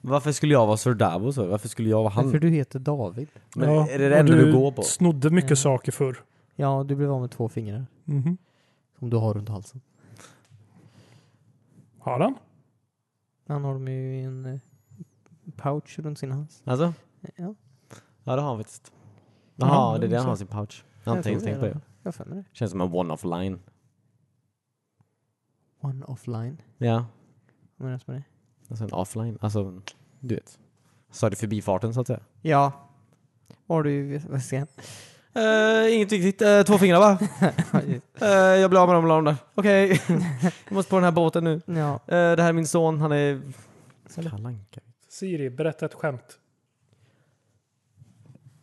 Varför skulle jag vara Sir Davos? för? Varför skulle jag vara han? För du heter David. Men Ja, är det det och enda du går på? snodde mycket Mm. Ja. saker förr. Ja, du blev av med två fingrar. Mhm. Som du har runt halsen. Har han? Han har dem ju i en eh, pouch runt sin hals. Alltså? Ja. Ja det har han faktiskt. Ja, Jaha, det är men det han så. har i sin pouch. Jag har inte Jag tänkt tänkt tror på det. Jag har för mig det. Känns som en one-off line. One offline. Ja. Vad menas med det? Alltså en offline. Alltså, du vet. Sa det förbi farten så att säga. Ja. Vad har du vad ska jag- Uh, inget viktigt. Eh, två fingrar va? Eh, jag blir av med dem och la dem där. Okej. jag måste på den här båten nu. Ja. Eh, det här är min son. Han är... Kalanka. Siri, berätta ett skämt.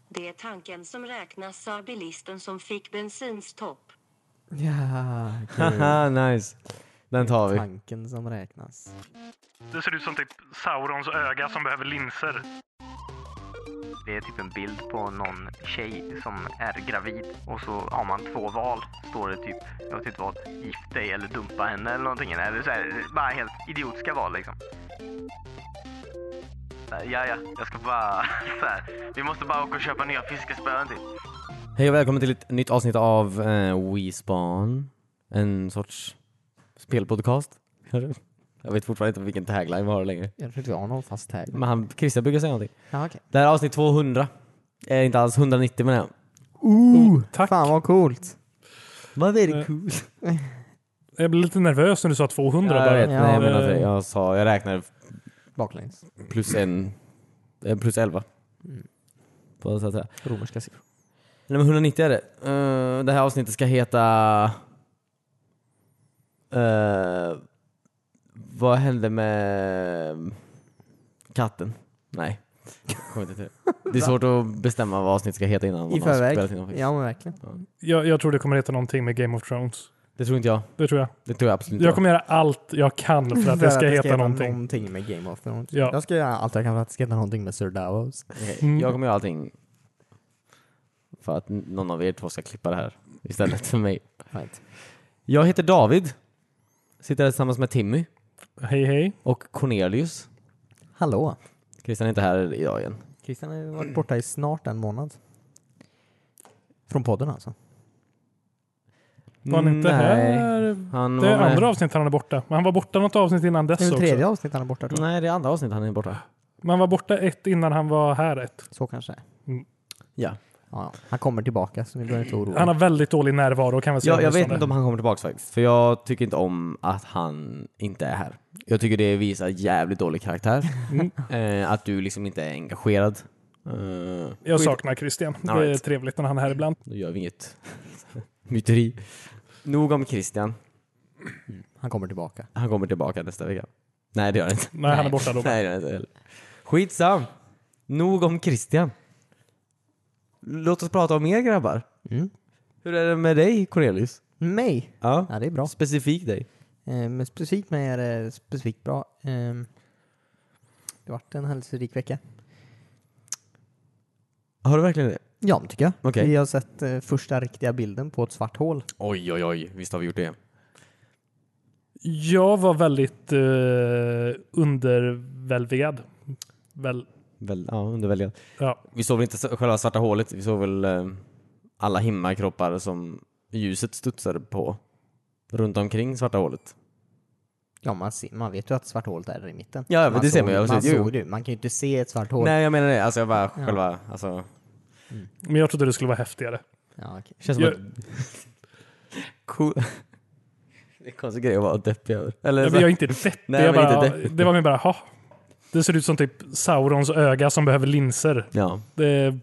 Det är tanken som räknas, sa bilisten som fick bensinstopp. Ja, gud. Haha, nice. Den tar vi. Tanken som räknas. Det ser ut som typ Saurons öga som behöver linser. Det är typ en bild på någon tjej som är gravid och så har man två val. Står det typ, jag vet inte vad, gift dig eller dumpa henne eller någonting. Eller så här, bara helt idiotiska val liksom. Så här, Ja, ja, jag ska bara så här, Vi måste bara åka och köpa nya fiskespön typ. Hej och välkommen till ett nytt avsnitt av eh, WeSpawn. En sorts spelpodcast. kanske. Jag vet fortfarande inte vilken tagline vi har längre. Jag tror inte jag har någon fast tag. Men han, Christian brukar säga någonting. Ja, okej. Det här är avsnitt 200. Eh, inte alls 190 men jag. Ooh, Oh, tack. Fan vad coolt. Eh. Vad är det cool? Jag blev lite nervös när du sa 200 Ja, jag bara. vet, nej, jag Eh, menar för det. Jag sa, jag räknade Baklänges. plus en, eh, plus 11. Mm. På så att säga. Romerska siffror. Nej men 190 är det. Eh, det här avsnittet ska heta... eh, vad hände med katten? Nej, jag kommer inte till det. Det är svårt att bestämma vad avsnittet ska heta innan man I har spelat in förväg. dem. Ja men verkligen. Jag, jag tror det kommer heta någonting med Game of Thrones. Det tror inte jag. Det tror jag. Det tror jag absolut Jag inte. kommer göra allt jag kan för att det ska heta någonting. någonting med Game of Thrones. Ja. Jag ska göra allt jag kan för att det ska heta någonting med Sir Davos. Okej, Mm. Jag kommer göra allting för att n- någon av er två ska klippa det här istället för mig. Right. Jag heter David. Sitter här tillsammans med Timmy Hej hej. och Cornelius. Hallå. Christian är inte här idag igen. Christian har ju varit borta i snart en månad. Från podden alltså. Var han inte Nej. här? Han Det är var med- andra avsnitt han är borta. Men han var borta något avsnitt innan Det är dess väl också. tredje avsnittet han är borta tror jag. Nej, det är andra avsnitt han är borta. Men han var borta ett innan han var här ett. Så kanske det är. Ja. ja, ja. Han kommer tillbaka så ni behöver inte oroa Han har er. väldigt dålig närvaro kan vi säga. Jag, jag vet åtminstone. inte om han kommer tillbaka faktiskt, för jag tycker inte om att han inte är här. Jag tycker det visar jävligt dålig karaktär. Mm. Eh, att du liksom inte är engagerad. Eh, Jag saknar Christian. Det är Alright. trevligt när han är här ibland. då gör vi inget myteri. Nog om Christian. Han kommer tillbaka. Han kommer tillbaka nästa vecka. Nej, det gör han inte. Nej, han är borta då. Nej, det gör han inte heller. Skitsam. Nog om Christian. Låt oss prata om er grabbar. Mm. Hur är det med dig Cornelius? Mig. Ja det är bra. Specifikt dig. Eh, Men specifikt mig är det specifikt bra. Ehm, Det har varit en händelserik vecka. Har du verkligen det? Ja, det tycker jag. Okej. Vi har sett eh, första riktiga bilden på ett svart hål. Oj, oj, oj. Visst har vi gjort det. Jag var väldigt eh, undervälvigad. Väl, Väl, ja, underväldigad. ja. Vi såg väl inte s- själva svarta hålet. Vi såg väl eh, alla himlakroppar som ljuset studsade på runt omkring svarta hålet. Ja, man, ser, man vet ju att svart hålet är i mitten. Ja, men det såg ser man ju. ju- Jag Man, ser- jo, jo. såg det ju. man kan ju inte se ett svart hål. Nej, jag menar det. Alltså jag bara själva, alltså. Men jag trodde det skulle vara häftigare. Ja, okej. Känns som Jag, att... Cool. Det är en konstig grej att vara deppig över. Eller jag, så- jag är inte deppig. Nej, jag men inte bara, deppig. det var mer bara, ha. Det ser ut som typ Saurons öga som behöver linser. Ja. Det,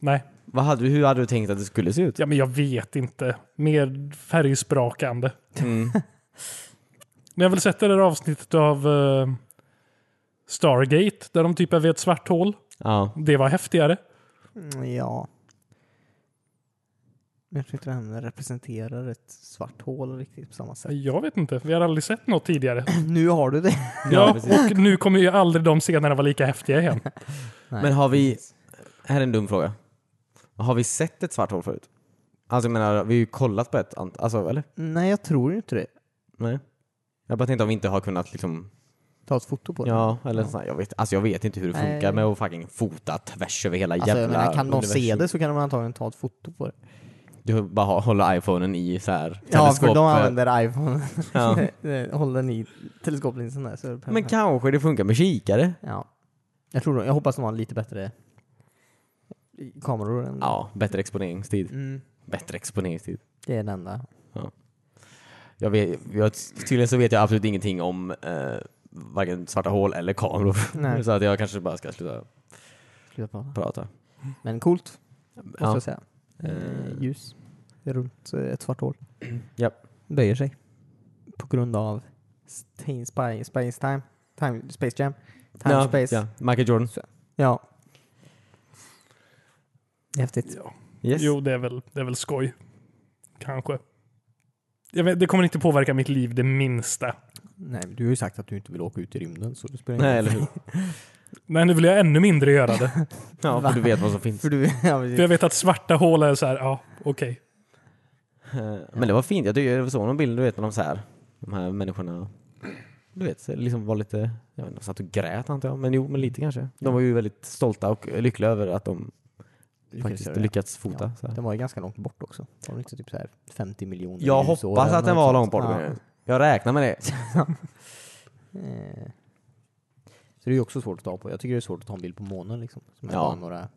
nej, Vad hade, du- hur hade du tänkt att det skulle se ut? ja, men jag vet inte. Mer färgsprakande. Mm. Men jag har väl sett det där avsnittet av eh, Stargate där de typ är vid ett svart hål. Ja. Det var häftigare. Mm, ja. Men jag tror inte den representerar ett svart hål riktigt på samma sätt. Jag vet inte. Vi har aldrig sett något tidigare. Nu har du det. Ja, precis. och nu kommer ju aldrig de scenerna vara lika häftiga igen. Men har vi, här är en dum fråga. Har vi sett ett svart hål förut? Alltså jag menar, vi har ju kollat på ett ant- alltså eller? Nej, jag tror ju inte det. Nej. Jag bara tänkte om vi inte har kunnat liksom ta ett foto på det. Ja, eller sån här, jag vet, alltså jag vet inte hur det Nej. funkar med att fucking fota tvärs över hela Alltså, jag jävla menar, kan någon se universum. det så kan de antagligen ta ett foto på det. Du bara ha- hålla iPhonen i så här Ja, för teleskop- eh. de använder iPhone. Eh, Ja. Håller ni teleskoplinsen där så är det Men perfekt. kanske det funkar med kikare? Ja. Jag, tror, de- jag hoppas de har lite bättre kameror än... Ja, bättre exponeringstid. Mm, Bättre exponeringstid. det är den enda. Jag vet, jag, tydligen så vet jag absolut ingenting om eh, varken svarta hål eller kameror. Nej. så att jag kanske bara ska sluta Sluta prata. prata. Men coolt, måste Ja. jag säga. Eh, Eh. ljus runt eh, ett svart hål. Japp. Böjer sig. På grund av Space, space time. time. Space jam. Time Ja, space. ja. Michael Jordan. Ja. Häftigt. Ja. Yes. Jo, det är, väl, det är väl skoj. Kanske. Jag vet, det kommer inte påverka mitt liv det minsta. Nej, men du har ju sagt att du inte vill åka ut i rymden så det spelar ingen Nej, roll. eller hur? Men nu vill jag ännu mindre göra det. Ja, för du vet vad som finns. För du, ja, precis. För jag vet att svarta hål är så här, ja, okej. Eh, Men det var fint. Jag tycker jag såg någon bild, du vet, när de så här, de här människorna, du vet, liksom var lite, jag vet inte, de satt och grät antar jag, men jo, men lite kanske. De var ju väldigt stolta och lyckliga över att de faktiskt göra det. lyckats fota. så här. Den var ju ganska långt bort också. Var det inte typ så här 50 miljoner Jag ljusår hoppas eller att den något var sånt? långt bort. Jag räknar med det. Eh, Så det är ju också svårt att ta på. Jag tycker det är svårt att ta en bild på månen liksom. Som är Ja. bara några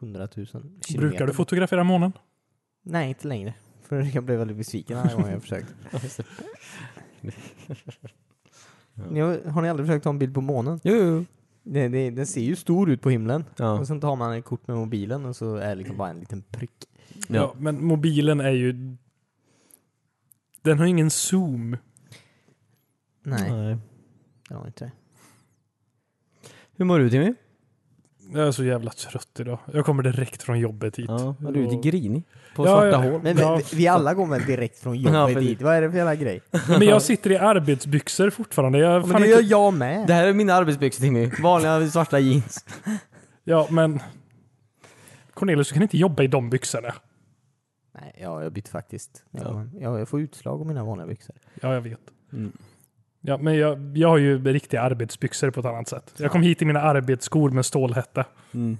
hundratusen kilometer. Brukar du fotografera månen? Nej, inte längre. För jag blev väldigt besviken varje gång jag försökte. Ni har, har ni aldrig försökt ta en bild på månen? Jo, jo. Det, det, den ser ju stor ut på himlen. Ja. Och sen tar man ett kort med mobilen och så är det liksom bara en liten prick. Ja. men mobilen är ju... Den har ingen zoom. Nej, Nej. det har inte det. Hur mår du Timmy? Jag är så jävla trött idag. Jag kommer direkt från jobbet hit. Ja, du är lite Och- grinig. På Ja, svarta ja. hål. Men Ja. vi, vi alla går väl direkt från Ja, jobbet precis. dit? Vad är det för jävla grej? Men jag sitter i arbetsbyxor fortfarande. Jag, Ja, fan men det inte- gör jag med! Det här är mina arbetsbyxor Timmy. Vanliga svarta jeans. Ja, men... Cornelius, du kan inte jobba i de byxorna. Nej, ja, jag bytte faktiskt. Ja. Ja. Ja, jag får utslag av mina vanliga byxor. Ja, jag vet. Mm. Ja, men jag, jag har ju riktiga arbetsbyxor på ett annat sätt. Jag kom hit i mina arbetsskor med stålhätta. Mm.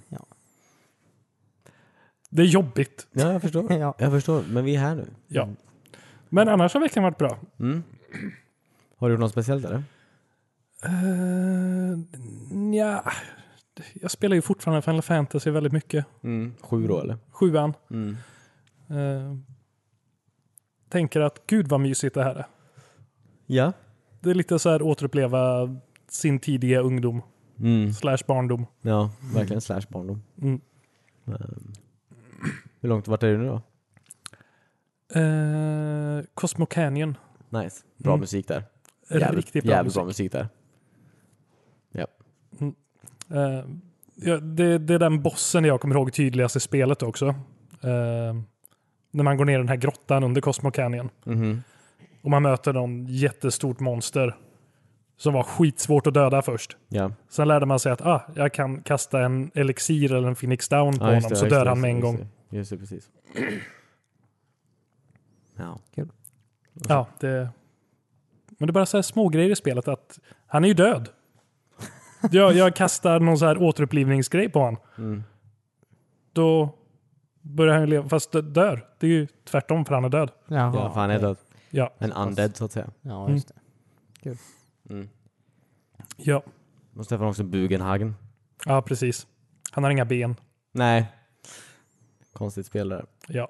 Det är jobbigt. Ja, jag förstår. Ja. Jag förstår, men vi är här nu. Ja. Men annars har veckan varit bra. Mm. Har du gjort något speciellt eller? Uh, ja. Jag spelar ju fortfarande Final Fantasy väldigt mycket. Mm. Sju då eller? Sjuan. Mm. Eh, tänker att gud vad mysigt det här är. Ja. Det är lite så här återuppleva sin tidiga ungdom Mm. slash barndom. Ja, verkligen slash barndom. Mm. Ehm. Hur långt vart är du nu då? Eh, Cosmo Canyon. Nice. Bra Mm. musik där. Riktigt bra jävligt musik. bra musik där. Eh, ja, det, det är den bossen jag kommer ihåg tydligast i spelet också. Eh, när man går ner i den här grottan under Cosmo Canyon Mhm. och man möter någon jättestort monster som var skitsvårt att döda först. Ja. Sen lärde man sig att ah, jag kan kasta en elixir eller en Phoenix Down på Ja, just honom det, så just dör det, han med en just det, gång. just det. Just det, precis. Ja. Ja, det... Men det är bara så här små grejer i spelet att han är ju död. Jag, jag kastar någon så här återupplivningsgrej på honom. Mm. Då börjar han ju leva, fast dö- dör. Det är ju tvärtom för han är död. Jaha, Ja, fan är okej. det Ja. en undead så att säga. Ja, just det. Mm. Ja, Och så träffar han också Bugenhagen. ja precis. Han har inga ben. Nej. Konstigt spel där. Ja.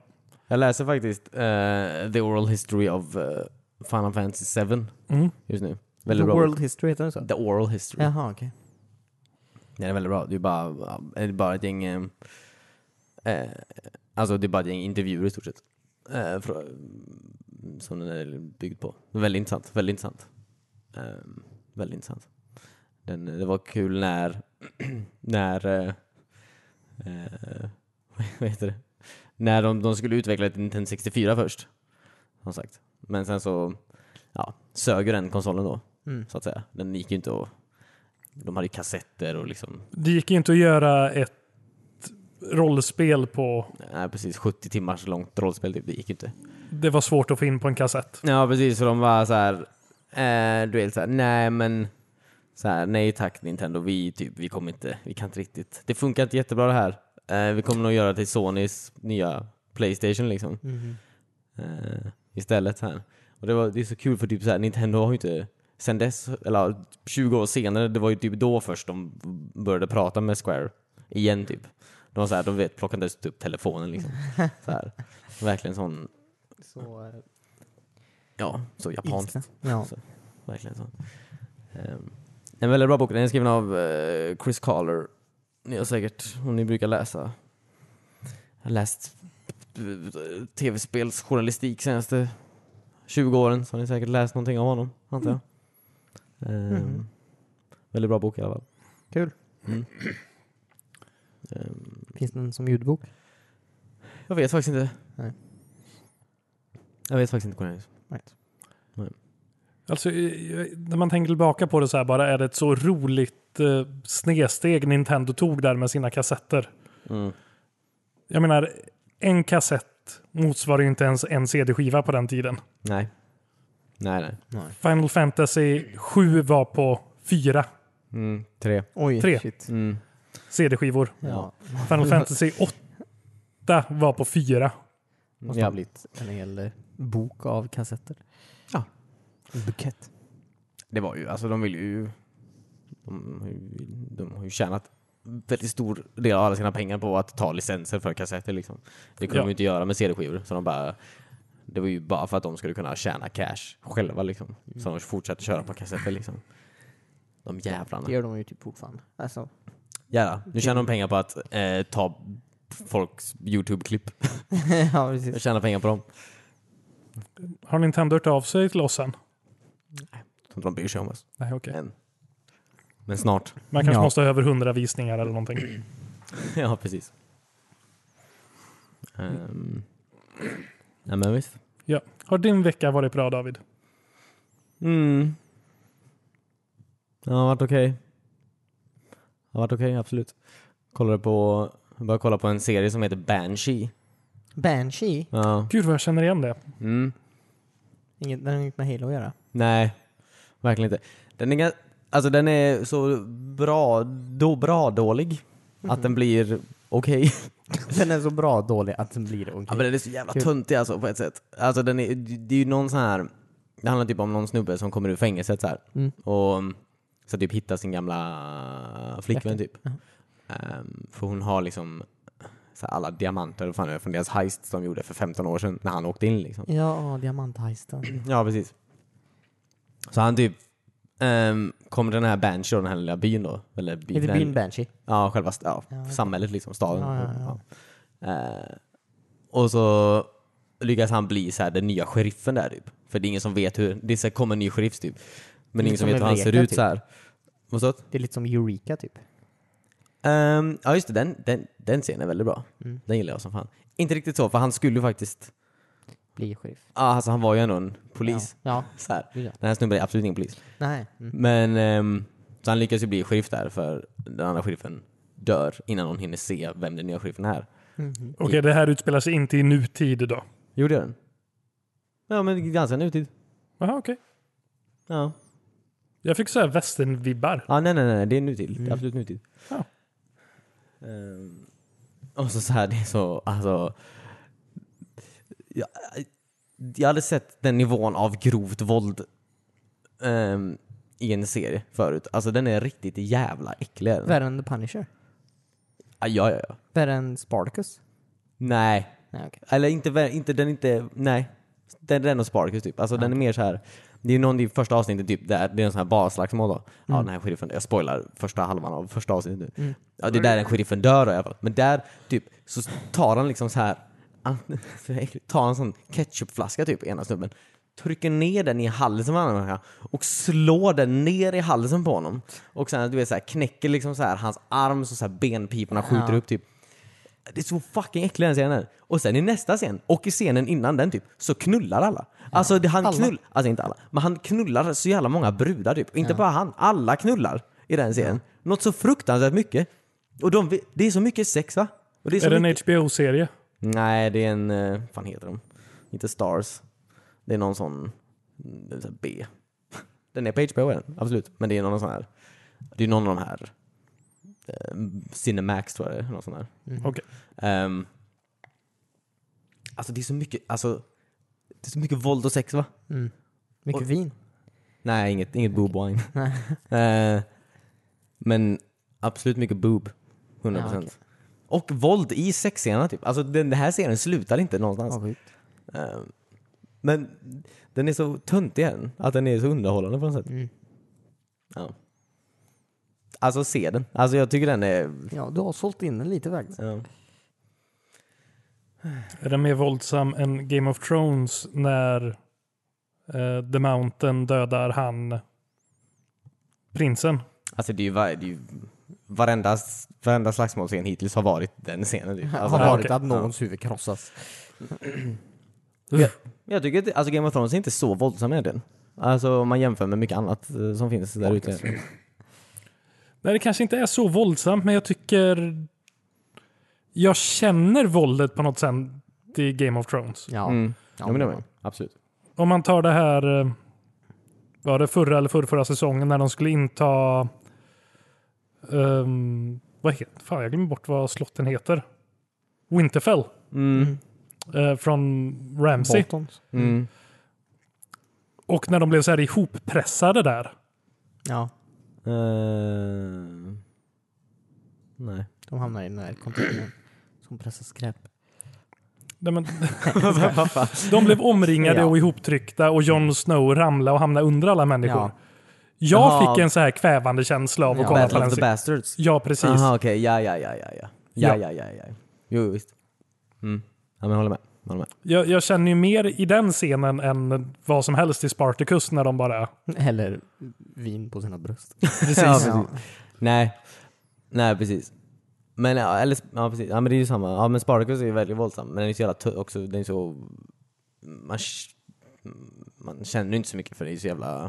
Jag läser faktiskt eh, The Oral History of eh, Final Fantasy 7 Mm. just nu. The Väldigt bra. World History heter den så? The Oral History. Jaha, okej. Den är väldigt bra. Det är bara, det är bara ett gäng... eh, Eh, alltså det är bara ett gäng intervjuer i stort sett. Eh, frå- som den är byggd på. Väldigt intressant. Väldigt intressant. Eh, väldigt intressant. Den, det var kul när... när... Eh, eh, vad heter det? När de, de skulle utveckla ett Nintendo 64 först. Som sagt. Men sen så... Ja, sög ju den konsolen då. Mm. Så att säga. Den gick ju inte att... De hade ju kassetter och liksom... Det gick ju inte att göra ett rollspel på... Nej precis, 70 timmars långt rollspel typ, det gick ju inte. Det var svårt att få in på en kassett. Ja precis, så de var så här. Eh, du är helt såhär, nej men, så här, nej tack Nintendo, vi, typ, vi kommer inte, vi kan inte riktigt. Det funkar inte jättebra det här. Eh, vi kommer nog göra till Sonys nya Playstation liksom. Mhm. Eh, istället här. Och det, var, det är så kul för typ så här, Nintendo har ju inte, sen dess, eller 20 år senare, det var ju typ då först de började prata med Square. Igen typ. De var så här, de vet, plockade inte ens upp telefonen liksom. Så här. Verkligen sån, Så, eh, ja, så japanskt. ilska. Ja. Så, verkligen så. Ehm, en väldigt bra bok. Den är skriven av eh, Chris Caller. Ni har säkert, om ni brukar läsa, jag har läst eh, tv-spelsjournalistik senaste 20 åren, så har ni säkert läst någonting av honom, antar jag. Ehm, Mhm. Väldigt bra bok i alla fall. Kul. Mm. Ehm, Finns den som ljudbok? jag vet faktiskt inte. Nej. Jag vet faktiskt inte Cornelius. Right. Alltså, eh, eh, när man tänker tillbaka på det så här bara, är det ett så roligt eh, snedsteg Nintendo tog där med sina kassetter? Mm. Jag menar, en kassett motsvarar ju inte ens en CD-skiva på den tiden. Nej. Nej, nej. Final Fantasy 7 var på fyra Mm, tre. Oj, Tre. shit. Mm. CD-skivor. Ja. Final Fantasy 8 var på fyra. Måste Ja. ha blivit en hel eh, bok av kassetter. Ja. En bukett. Det var ju, alltså de vill ju... De har ju, de har ju tjänat väldigt stor del av alla sina pengar på att ta licenser för kassetter liksom. Det kunde Ja. de ju inte göra med CD-skivor, så de bara... Det var ju bara för att de skulle kunna tjäna cash själva liksom. Så de fortsatte köra på kassetter liksom. De jävlarna. Det gör de ju typ fortfarande. Alltså, Jävlar. Nu tjänar de pengar på att eh, ta folks YouTube-klipp. ja, Jag precis. tjänar pengar på dem. Har Nintendo hört av sig till oss än? Jag tror inte de bryr sig om oss. Nej, okej. Än. Men snart. Man kanske Ja. måste ha över hundra visningar eller någonting. ja, precis. Um, nej men visst. Ja. Har din vecka varit bra David? Mm. Ja, det har varit okej. Det har varit okej, absolut. Kollade på, jag började kolla på en serie som heter Banshee. Banshee. Ja. Gud vad jag känner igen det. Mm. Inget, den har inget med Halo att göra. Nej, verkligen inte. Den är, gans- alltså, den är så bra, då bra dålig att den blir okej. Den är så bra dålig att den blir okej. Ja men den är så jävla Kul. töntig alltså på ett sätt. Alltså den är, det är ju någon sån här, det handlar typ om någon snubbe som kommer ur fängelset så här. Mm. Och um, så typ hittar sin gamla flickvän typ. Ehm, för hon har liksom så här, alla diamanter och fan, det är från deras heist som de gjorde för 15 år sedan när han åkte in liksom. Ja, diamantheisten. Ja, precis. Så han typ ehm, kommer till den här Banshee och den här lilla byn då. Eller byn, Heter den- byn Banshee? Ja, själva st- ja, Ja, okej. samhället liksom, staden. Ja, ja, ja. Eh, och så lyckas han bli så här, den nya sheriffen där typ. För det är ingen som vet hur, det är så här, kommer en ny sheriff typ. Men Lite ingen som som vet hur han ser Eureka, ut typ. så här. Vad sa du? Det är lite som Eureka typ. Ehm, ja just det, den, den, den scenen är väldigt bra. Mm. Den gillar jag som fan. Inte riktigt så, för han skulle ju faktiskt, Blir sheriff. ah, alltså han var ju ändå en polis. Ja. Så här. ja. Den här snubben är absolut ingen polis. Nej. Mm. Men ehm, så han lyckas ju bli sheriff där för den andra sheriffen dör innan hon hinner se vem den nya sheriffen är. Mm-hmm. Okej, det här utspelar sig inte i nutid då. Gjorde jag den? Ja, men ganska nutid. Jaha, okej. Ja. Jag fick så här västernvibbar. ja, nej, nej, nej, det är nutid. Det är absolut nutid. Ja. Ehm, och så så här, det är så, alltså. Jag, jag hade sett den nivån av grovt våld ehm, i en serie förut. Alltså den är riktigt jävla äcklig. är den. Värre än The Punisher? Ja, ja, ja. Värre än Spartacus? Nej, Nej, okej. Eller inte, vä- inte den är inte, nej. Den, den och Sparkus typ. Alltså den är mer så här. Det är någon i första avsnittet typ, där, det är en sån här barslagsmål då. Ja den här sheriffen, jag spoilar första halvan av första avsnittet nu. Ja det är där den sheriffen dör då, i alla fall. Men där typ så tar han liksom så här han- så äckligt, tar en sån ketchupflaska typ, ena snubben. Trycker ner den i halsen på honom här, och slår den ner i halsen på honom. Och sen du vet, så här, knäcker liksom så här, hans arm så, så här, benpiporna skjuter upp typ. Det är så fucking äcklig den scenen. Och sen i nästa scen, och i scenen innan den typ, så knullar alla. Alltså det, han Alla. knull, alltså inte alla, men han knullar så jävla många brudar typ. Och inte bara han, alla knullar i den scenen. Något så fruktansvärt mycket. Och de, vi- det är så mycket sex va? Och det är så Är det en mycket- HBO-serie? Nej, det är en, eh, vad fan heter de? Inte Stars. Det är någon sån, det är mm, så här B. Den är på HBO, är den, absolut. Men det är någon sån här, det är någon av de här eh, Cinemax tror jag det är, någon sån här. Okej. Ehm, alltså det är så mycket, alltså det är så mycket våld och sex va? Mm. Mycket Och- vin. Nej, inget, inget boobwine. Eh, men absolut mycket boob. 100%. Ja, okej. Och våld i sexscenerna typ. Alltså den den här scenen slutar inte någonstans. Ja, sjukt. Eh, men den är så töntig än, att den är så underhållande på något sätt. Mm. Ja. Alltså se den. Alltså jag tycker den är... Ja, du har sålt in den lite faktiskt. ja. Är den mer våldsam än Game of Thrones när eh, The Mountain dödar han prinsen? Alltså det är ju, var, det är ju varenda, varenda slagsmålscen hittills har varit den scenen. typ. Alltså, har ja, varit okej. att någons huvud krossas. Jag, jag tycker att alltså Game of Thrones är inte så våldsam egentligen. Alltså om man jämför med mycket annat eh, som finns där ute. Nej, det kanske inte är så våldsamt, men jag tycker... Jag känner våldet på något sätt i Game of Thrones. Ja. Mm. Ja, Ja, men det var men- Absolut. Om man tar det här... eh, Var det förra eller förrförra säsongen när de skulle inta... ehm, vad heter... Fan, jag glömmer bort vad slotten heter. Winterfell. Mm. eh, från Ramsey. Boltons. Mm. Och när de blev så här ihoppressade där. Ja, Eh, nej. de hamnar i den här containern som pressar skräp. Nej, men, de blev omringade Ja. och ihoptryckta och Jon Snow ramlade och hamnade under alla människor. Ja. Jag Jaha. fick en så här kvävande känsla av att Ja. kolla på Battle den. of the serien. Bastards. Ja, precis. Jaha, okej. Ja, ja, ja, ja, ja. Ja, Ja. ja, ja, ja. Jo, visst. Mm. Ja, men jag håller med. Jag håller med. Jag, jag känner ju mer i den scenen än vad som helst i Spartacus när de bara... Eller vin på sina bröst. Precis. Ja, precis. Nej. Nej, precis. Men ja, eller, ja, precis. Ja, men det är ju samma. Ja, men Spartacus är ju väldigt våldsam. Men den är så jävla tu- också, den är så... Man, k- man känner ju inte så mycket för det. Det är så jävla...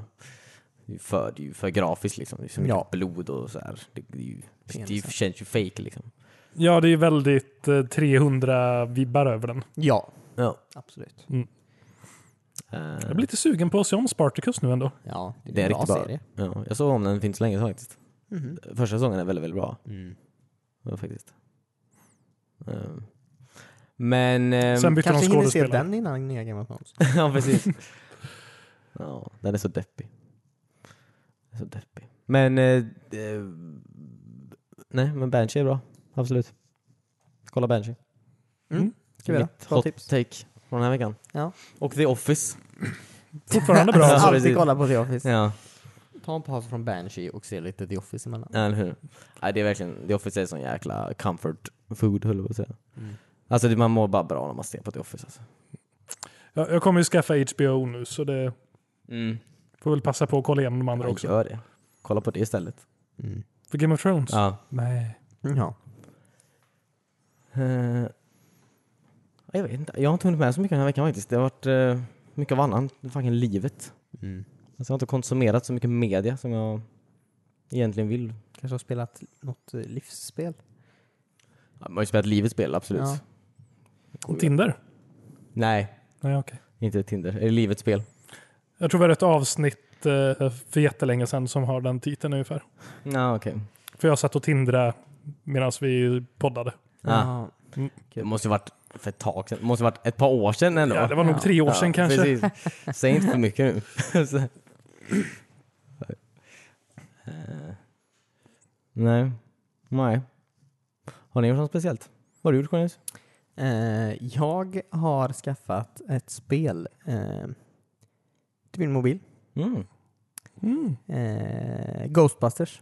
Det är ju för, det är ju för grafiskt liksom. Det är så mycket Ja. blod och så här. Det, det, är ju, det är ju- Penisar. känns ju fake liksom. Ja, det är ju väldigt eh, 300-vibbar över den. Ja, Ja. absolut. Eh, Jag blir lite sugen på att se om Spartacus nu ändå. Ja, det är, det är en bra riktigt bra. serie. Ja, jag såg om den finns länge sedan faktiskt. Mhm. Första säsongen är väldigt, väldigt bra. Mm. Ja, Faktiskt. Eh, Men... ehm, Sen bytte de Kanske hinner se skådespelare. den innan nya Game of Thrones. ja, precis. ja, den är så deppig. Den är Så deppig. Men... Eh, eh, nej, men Banshee är bra. Absolut. Kolla Banshee. Ska vi göra? Mitt Bra hot tips. take från den här veckan. Ja. Och The Office. Fortfarande bra. Alltså, Alltid precis. kolla på The Office. Ja, Ta en paus från Banshee och se lite The Office emellan. ja, eller hur? Nej, det är verkligen... The Office är sån jäkla comfort food, höll jag på att säga. Mm. Alltså, det, man mår bara bra när man ser på The Office. Alltså. Jag, jag kommer ju skaffa HBO nu, så det Mm. får väl passa på att kolla igenom de andra Ja, också. gör det. Kolla på det istället. Mm. För Game of Thrones? Ja. Nej. Ja. Eh, jag vet inte. Jag har inte hunnit med så mycket den här veckan faktiskt. Det har varit eh, mycket av annan, fucking livet. Mm. Alltså, jag har inte konsumerat så mycket media som jag egentligen vill. Kanske har spelat något eh, livsspel? Ja, Man har ju spelat livets spel, absolut. Ja. Och Tinder? Nej, Nej, okej. inte Tinder. Är det livets spel? Jag tror vi hade ett avsnitt eh, för jättelänge sedan som har den titeln ungefär. Ja, okej. För jag satt och tindrade medan vi poddade. Ja. Ja. Det måste ju varit för ett tag sedan. Det måste ju varit ett par år sedan ändå. Ja, det var nog tre år sedan Ja, kanske. Precis. Säg inte för mycket nu. Så- Eh, Nej. Nej. Har ni gjort något speciellt? Vad har du gjort, Cornelis? Eh, jag har skaffat ett spel eh, till min mobil. Mm. Mm. Eh, Ghostbusters.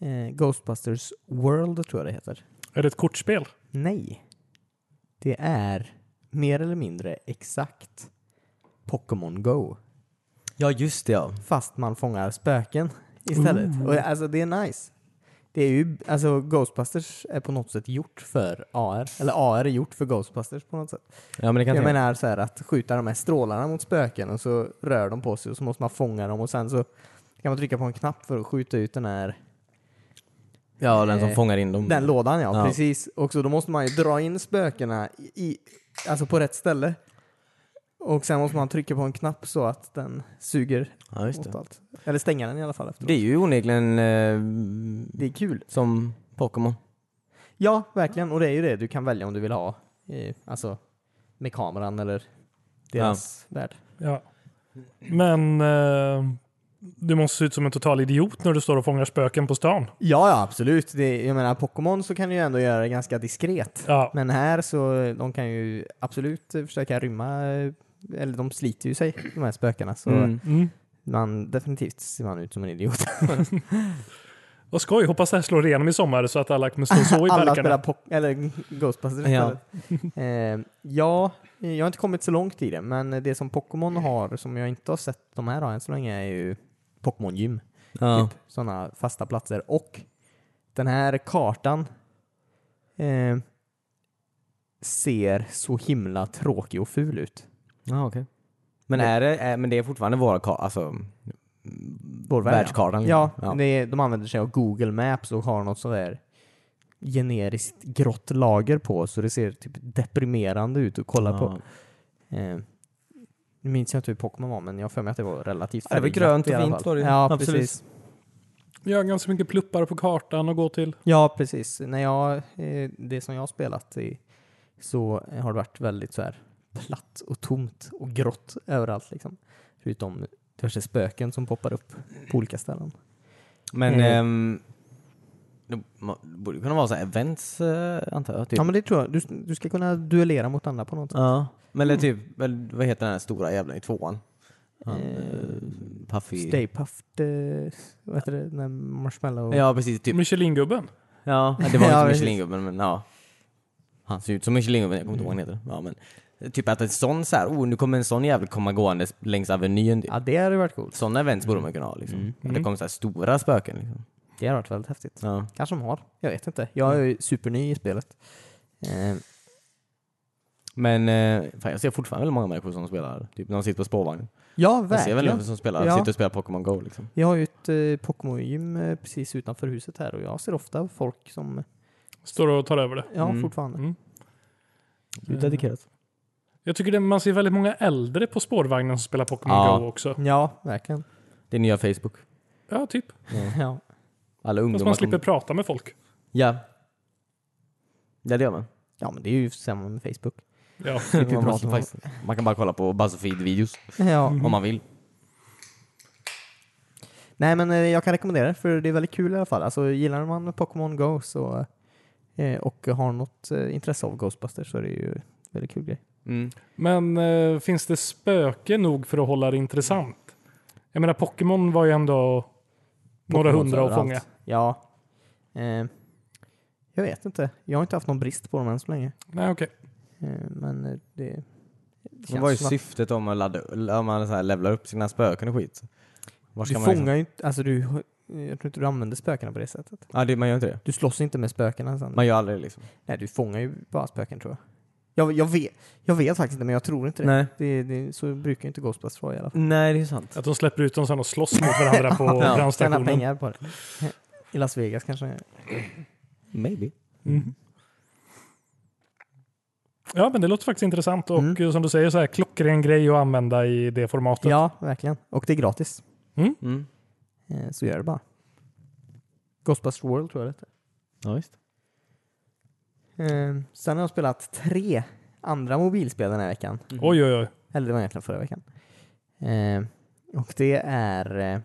Eh, Ghostbusters World tror jag det heter. Är det ett kortspel? Nej. Det är mer eller mindre exakt Pokémon Go. Ja, just det ja. Fast man fångar spöken istället. Och, alltså det är nice. Det är ju, alltså Ghostbusters är på något sätt gjort för AR. Eller AR är gjort för Ghostbusters på något sätt. Ja, men det kan Jag jag menar så här att skjuta de här strålarna mot spöken och så rör de på sig och så måste man fånga dem och sen så kan man trycka på en knapp för att skjuta ut den här Ja, den som eh, fångar in dem. den lådan ja, Ja. precis. Och så då måste man ju dra in spökena i, alltså på rätt ställe. Och sen måste man trycka på en knapp så att den suger Ja, just åt det. allt. Eller stänga den i alla fall. Efteråt. Det är ju onekligen eh, Det är kul. som Pokémon. Ja, verkligen. Och det är ju det du kan välja om du vill ha. eh, Alltså med kameran eller deras värld. Ja. Men eh, du måste se ut som en total idiot när du står och fångar spöken på stan. Ja, ja absolut. Det, jag menar Pokémon så kan du ju ändå göra det ganska diskret. Ja, Men här så eh, de kan ju absolut eh, försöka rymma, eh, eller de sliter ju sig de här spökena. Så Mm. mm. man, definitivt ser man ut som en idiot. Vad skoj, hoppas det här slår igenom i sommar så att alla kommer stå så i Alla parkerna. spelar pop- eller Ghostbusters Ja. istället. eh, ja, jag har inte kommit så långt i det, men det som Pokémon har som jag inte har sett de här har än så länge är ju Pokémon-gym. Ja. Typ sådana fasta platser. Och den här kartan eh, ser så himla tråkig och ful ut. Ja, okej. Men, är det, är, men det är fortfarande våra kar- alltså, Vår värld, ja. världskartan? Ja, liksom? ja. Det är, de använder sig av Google Maps och har något sådär generiskt grått lager på så det ser typ deprimerande ut att kolla på. Ja. Eh, nu minns jag inte hur Pokémon var, men jag har för mig att det var relativt Ja, det var färgglatt grönt och i alla fint fall. var det ju. Ja, Absolut. precis. Vi har ganska mycket pluppar på kartan att gå till. Ja, precis. När jag, eh, det som jag har spelat i så har det varit väldigt så här platt och tomt och grått överallt liksom. Förutom diverse spöken som poppar upp på olika ställen. Men Mm. ehm, det må- borde kunna vara så här events, eh, antar jag? Typ. Ja, men det tror jag. Du, du ska kunna duellera mot andra på något sätt. Ja. Men eller typ, väl, vad heter den här stora jävla i tvåan? Han, Eh, eh, Puffy. Stay Puft, eh, vad heter det, när marshmallow... Ja, precis. Typ. Michelingubben. Ja, det var Ja, inte precis. Michelingubben, men ja. Han ser ut som Michelingubben, jag kommer inte ihåg vad han heter. Ja, men, typ att en sån så här, oh nu kommer en sån jävel komma gåendes längs Avenyn. Typ. Ja, det hade varit coolt. Sådana events borde man kunna ha liksom. Att det Mm. kommer så här stora spöken liksom. Det hade varit väldigt häftigt. Ja. Kanske de har. Jag vet inte. Jag Mm. är ju superny i spelet. Eh, Men eh, fan, jag ser fortfarande väldigt många människor som spelar, typ när de sitter på spårvagnen. ja, Jag ser väldigt verkligen. många som spelar, Ja. sitter och spelar Pokémon Go liksom. Jag har ju ett eh, Pokémon-gym eh, precis utanför huset här och jag ser ofta folk som, Står och tar över det. ja Mm. fortfarande. Mm. Det är dedikerat. Jag tycker det, man ser väldigt många äldre på spårvagnen som spelar Pokémon Ja. Go också. Ja, verkligen. Det är nya Facebook. Ja, typ. Mm. Ja. Alla Fast ungdomar man slipper prata med folk. Ja. Ja, det gör man. ja, men det är ju samma med Facebook. Ja. Man, prata måste med faktiskt, man kan bara kolla på Buzzfeed-videos Ja. om man vill. Nej, men eh, jag kan rekommendera det för det är väldigt kul i alla fall. Alltså, gillar man Pokémon Go så, eh, och har något eh, intresse av Ghostbusters så är det ju en väldigt kul grej. Mm. Men eh, finns det spöke nog för att hålla det intressant? Jag menar, Pokémon var ju ändå några Pokémons hundra att överallt. fånga. Ja. Eh, jag vet inte. Jag har inte haft någon brist på dem än så länge. Nej, okej. Eh, men eh, det, det Men vad är som att- syftet om att ladda, om man så här levlar upp sina spöken och skit? Var Du ska man liksom- fångar ju inte, alltså du, jag tror inte du använder spökena på det sättet. Ja, det, man gör inte det. Du slåss inte med spökena sen. Man gör aldrig det liksom. Nej, du fångar ju bara spöken tror jag. Jag, jag, vet, jag vet faktiskt inte, men jag tror inte det. Nej. det, det så brukar ju inte Ghostbusters vara i alla fall. Nej, det är sant. Att de släpper ut dem sen och slåss mot varandra på Tjäna brandstationen. pengar på det. I Las Vegas kanske. Maybe. Ja, men det låter faktiskt intressant och eh, som du säger så här klockren grej att använda i det formatet. Mm. Ja, verkligen. Och det är gratis. Mm. Eh, Så gör det bara. Ghostbusters World tror jag det Ja, visst. heter. Eh, Sen har jag spelat tre andra mobilspel den här veckan. Oj, oj, oj. Eller det var egentligen förra veckan. Eh, och det är... Eh,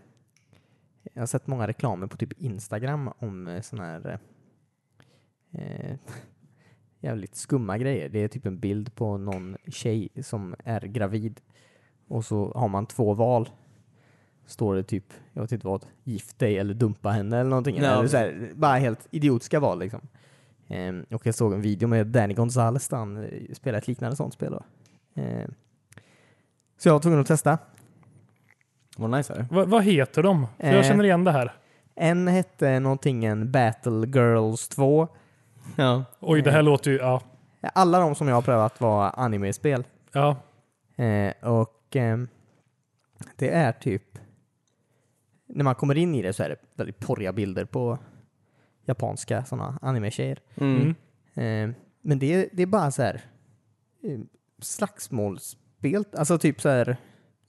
jag har sett många reklamer på typ Instagram om eh, sån här eh, jävligt skumma grejer. Det är typ en bild på någon tjej som är gravid och så har man två val. Står det typ, jag vet inte vad, gift dig eller dumpa henne eller någonting. Ja. Eller så här, bara helt idiotiska val liksom. Ehm, och jag såg en video med Danny Gonzales där han eh, spelar ett liknande sånt spel. Då. Ehm, så jag var tvungen att testa. Vad nice är det? Va, vad heter de? För jag Eh. känner igen det här. En hette någonting en Battle Girls 2. Ja. Oj, det här Eh. låter ju... Ja. Alla de som jag har prövat var anime-spel. ja. Eh, och ehm, det är typ... När man kommer in i det så är det väldigt porriga bilder på japanska sådana anime-tjejer. Mm. Mm. Eh, men det, det är bara så här eh, slagsmålsbilder spel, alltså typ så här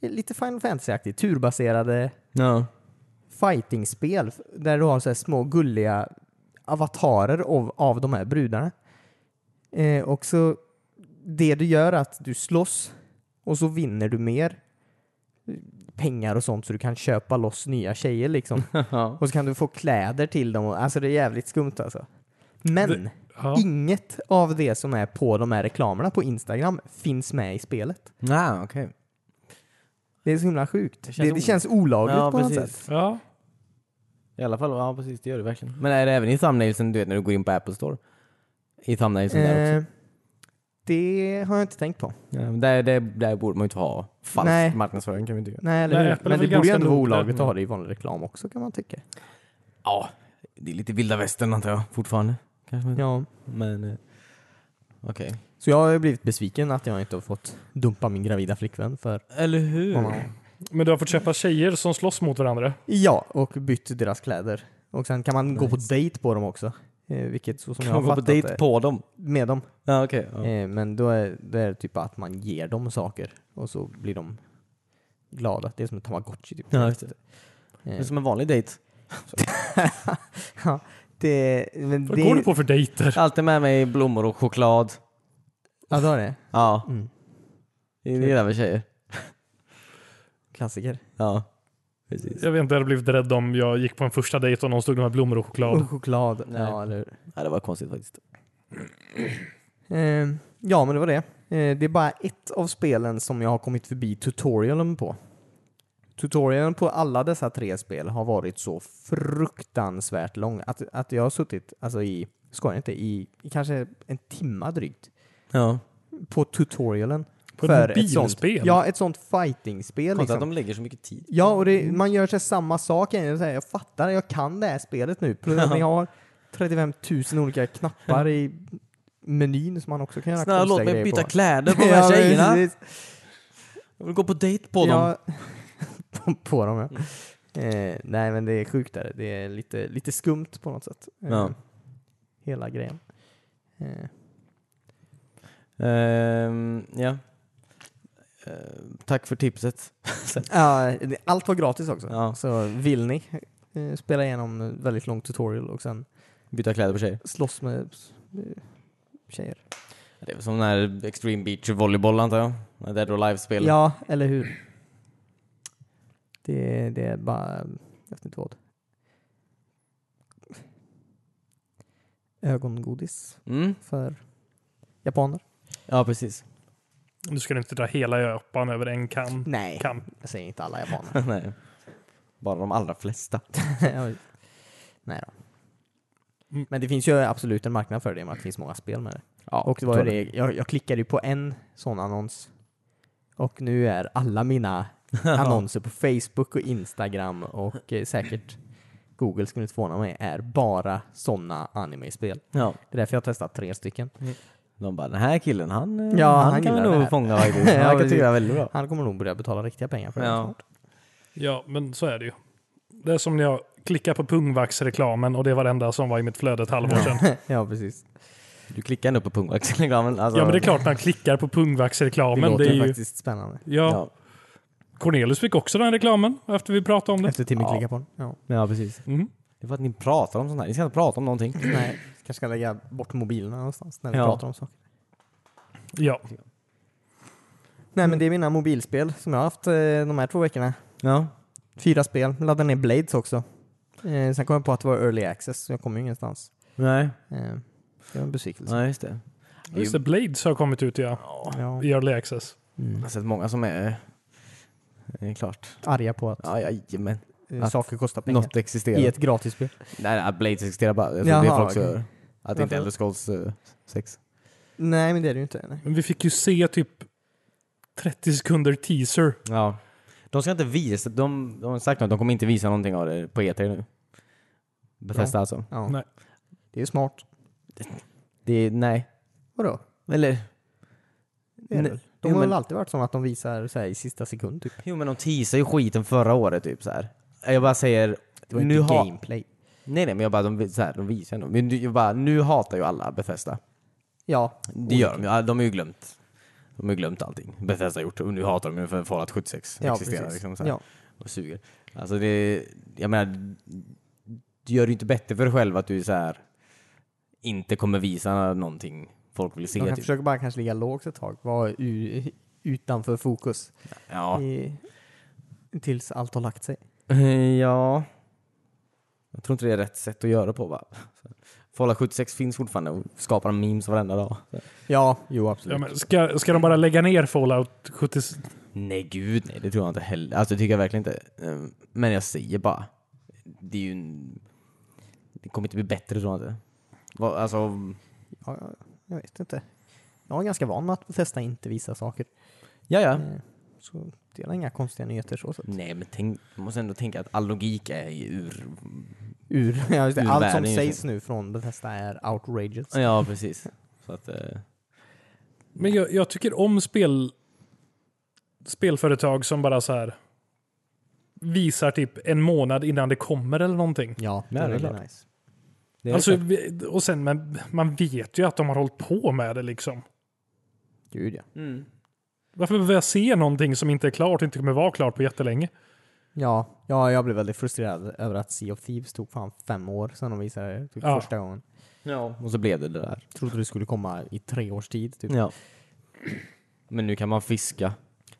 lite Final Fantasy-aktigt, turbaserade Ja. fightingspel f- där du har så här små gulliga avatarer av, av de här brudarna. Eh, och så det du gör är att du slåss och så vinner du mer pengar och sånt så du kan köpa loss nya tjejer liksom. och så kan du få kläder till dem. Och, alltså det är jävligt skumt alltså. Men Det- Ja. inget av det som är på de här reklamerna på Instagram finns med i spelet. Ja, Ah, okej. Det är så himla sjukt. Det känns känns, det, känns olagligt Ja, på något precis. sätt. Ja. I alla fall, ja precis det gör det verkligen. Men är det även i thumbnailsen, du vet när du går in på Apple Store? I thumbnailsen där Eh, också? det har jag inte tänkt på. Ja, men där, där, där borde man ju inte ha falsk Nej. marknadsföring kan vi tycka. Nej, eller Nej, hur? Apple är Men väl det borde ju ganska ändå vara nog där. olagligt att ha det i vanlig reklam också kan man tycka. Ja, det är lite vilda västern antar jag fortfarande. Kanske man, Ja. Men eh, okej. Så jag har ju blivit besviken att jag inte har fått dumpa min gravida flickvän för Eller hur? Men du har fått köpa tjejer som slåss mot varandra. Ja, och bytt deras kläder. Och sen kan man gå på dejt på dem också. Eh, vilket så som Kan jag man har gå på fattat dejt det, på dem? med dem. Ja okej. ja. Eh, men då är, då är det typ att man ger dem saker och så blir de glada. Det är som en tamagotchi typ. Ja, just det. Eh, Det är som en vanlig dejt. ja, det, men Vad det, går du på för dejter? Alltid med mig blommor och choklad. Ja, då är det. Ja, Mm. det gillar väl tjejer. Klassiker. Ja, precis. Jag vet inte, jag hade blivit rädd om jag gick på en första dejt och någon stod med blommor och choklad. Och choklad. Nej. Ja, eller hur? Ja, det var konstigt faktiskt. Eh, ja, men det var det. Eh, det är bara ett av spelen som jag har kommit förbi tutorialen på. Tutorialen på alla dessa tre spel har varit så fruktansvärt lång att, att jag har suttit, alltså i, skojar inte, i, i kanske en timma drygt Ja. på tutorialen. På ett mobilspel? Sånt, ja, ett sånt fightingspel. Konstigt att Liksom. de lägger så mycket tid. Ja, och det, Mm. man gör sig samma sak. igen. Så här, Jag fattar, jag kan det här spelet nu. Plus att ni har 35 000 olika knappar i menyn som man också kan göra Snälla låt konstiga mig grejer byta på. kläder på de Ja, här tjejerna. precis. Jag vill gå på dejt på dem. Mm. Ja. på, på dem, ja. Eh, nej, men det är sjukt där. Det är lite, lite skumt på något sätt. Eh, Ja. Hela grejen. Eh, Ehm, ja. Ehm, tack för tipset. ja, det- allt var gratis också. Ja. Så vill ni eh, spela igenom en väldigt lång tutorial och sen Byta kläder på tjejer. slåss med eh, tjejer. Det är väl som den här Extreme Beach Volleyball antar jag. När Dead or Alive-spelen. Ja, eller hur? Det, det är bara... Jag vet inte vad. Ögongodis Mm. för japaner. ja, precis. Du ska inte dra hela öpan över en kam. Nej, kam. jag säger inte alla japaner. Nej. Bara de allra flesta. Oj. Nej då. Mm. Men det finns ju absolut en marknad för det i och med att det finns många spel med det. Ja, Och det var ju det, jag, jag klickade ju på en sån annons och nu är alla mina annonser på Facebook och Instagram och eh, säkert Google skulle inte förvåna mig, är bara sådana anime-spel. Ja. Det är därför jag har testat tre stycken. De bara, den här killen han, eh, Ja, han, han kan vi gillar det nog här." fånga faktiskt. Han Ja, verkar precis. tycka det är väldigt bra. Han kommer nog börja betala riktiga pengar för det. Ja. snart. Ja, men så är det ju. Det är som när jag klickar på pungvaxreklamen och det var det enda som var i mitt flöde ett halvår sedan. ja, precis. Du klickar ändå på pungvaxtelegrammen. Alltså, Ja, men det är klart man klickar på pungvaxreklamen. Det är ju... faktiskt spännande. Ja, Cornelius fick också den reklamen efter vi pratade om det. Efter Timmy Ja. klickar på den. Ja. Ja. ja, precis. Mm. Det är för att ni pratar om sånt här. Ni ska inte prata om någonting. Nej, kanske ska lägga bort mobilerna någonstans när vi Ja. pratar om saker. Ja. Nej, men det är mina mobilspel som jag har haft eh, de här två veckorna. Ja. Fyra spel. Laddade ner Blades också. Eh, sen kom jag på att det var Early Access, så jag kom ju ingenstans. Nej. Eh, det var en besvikelse. Ja, just det. Just det, Blades har kommit ut ja. Ja. Mm. i Early Access. Jag har sett många som är... Det är klart. Arga på att Ja, jajamän. eh, Att saker kostar pengar. Något existerar. I ett gratisspel. Nej, nej, att Blades existerar bara. Jag tror Jaha, det är folk som okej. gör. Att det inte är Varför? Elder Scrolls eh, 6. Nej, men det är det ju inte. Nej. Men vi fick ju se typ 30 sekunder teaser. Ja. De ska inte visa... De, de har sagt att de kommer inte visa någonting av det på E3 nu. Bethesda alltså. Ja. Nej. Det är ju smart. Det är... Nej. Vadå? Eller... Det är det Nej. väl. Jo, De har men- väl alltid varit som att de visar så här, i sista sekund typ. Jo men de teasade ju skiten förra året typ så här. Jag bara säger... Det var nu inte ha- gameplay. Nej nej men jag bara, de, så här, de visar ändå. Men du- jag bara, nu hatar ju alla Bethesda. Ja. Det gör de ju. De har ju glömt. De har ju glömt allting Bethesda har gjort och nu hatar de ju för Fallout 76 existerar liksom, så här, ja. och suger. Alltså det, jag menar, du gör det ju inte bättre för dig själv att du så här inte kommer visa någonting folk vill se. De kan typ. försöka bara kanske ligga lågt ett tag, vara u- utanför fokus Ja. i, tills allt har lagt sig. Eh, ja. Jag tror inte det är rätt sätt att göra på va? Så. Fallout 76 finns fortfarande och skapar memes varenda dag. Så. Ja, jo absolut. Ja, men ska, ska de bara lägga ner Fallout 70? Nej gud nej, det tror jag inte heller. Alltså det tycker jag verkligen inte. Ehm, Men jag säger bara, det är ju en... Det kommer inte bli bättre tror jag inte. Vad- Alltså, Ja, ja, jag vet inte. Jag är ganska van med att testa inte visa saker. ja ja. Mm. Eh, Så det är inga konstiga nyheter så. sett. Nej men tänk, man måste ändå tänka att all logik är ju ur... Ur, ja, just det, Ur allt världen, som just sägs det. nu från Bethesda är outrageous. Ja precis. Så att, eh, Men jag, jag tycker om spel, spelföretag som bara så här visar typ en månad innan det kommer eller någonting. Ja, det Nej, det är är väldigt klart. nice. det är Alltså, klart. vi- och sen, men man vet ju att de har hållit på med det liksom. Gud ja. mm. Varför behöver jag se någonting som inte är klart och inte kommer vara klart på jättelänge? Ja, ja, jag blev väldigt frustrerad över att Sea of Thieves tog fan fem år sedan de visade det typ Ja. första gången. ja. Och så blev det det där. Trodde det skulle komma i tre års tid typ. Ja. Men nu kan man fiska.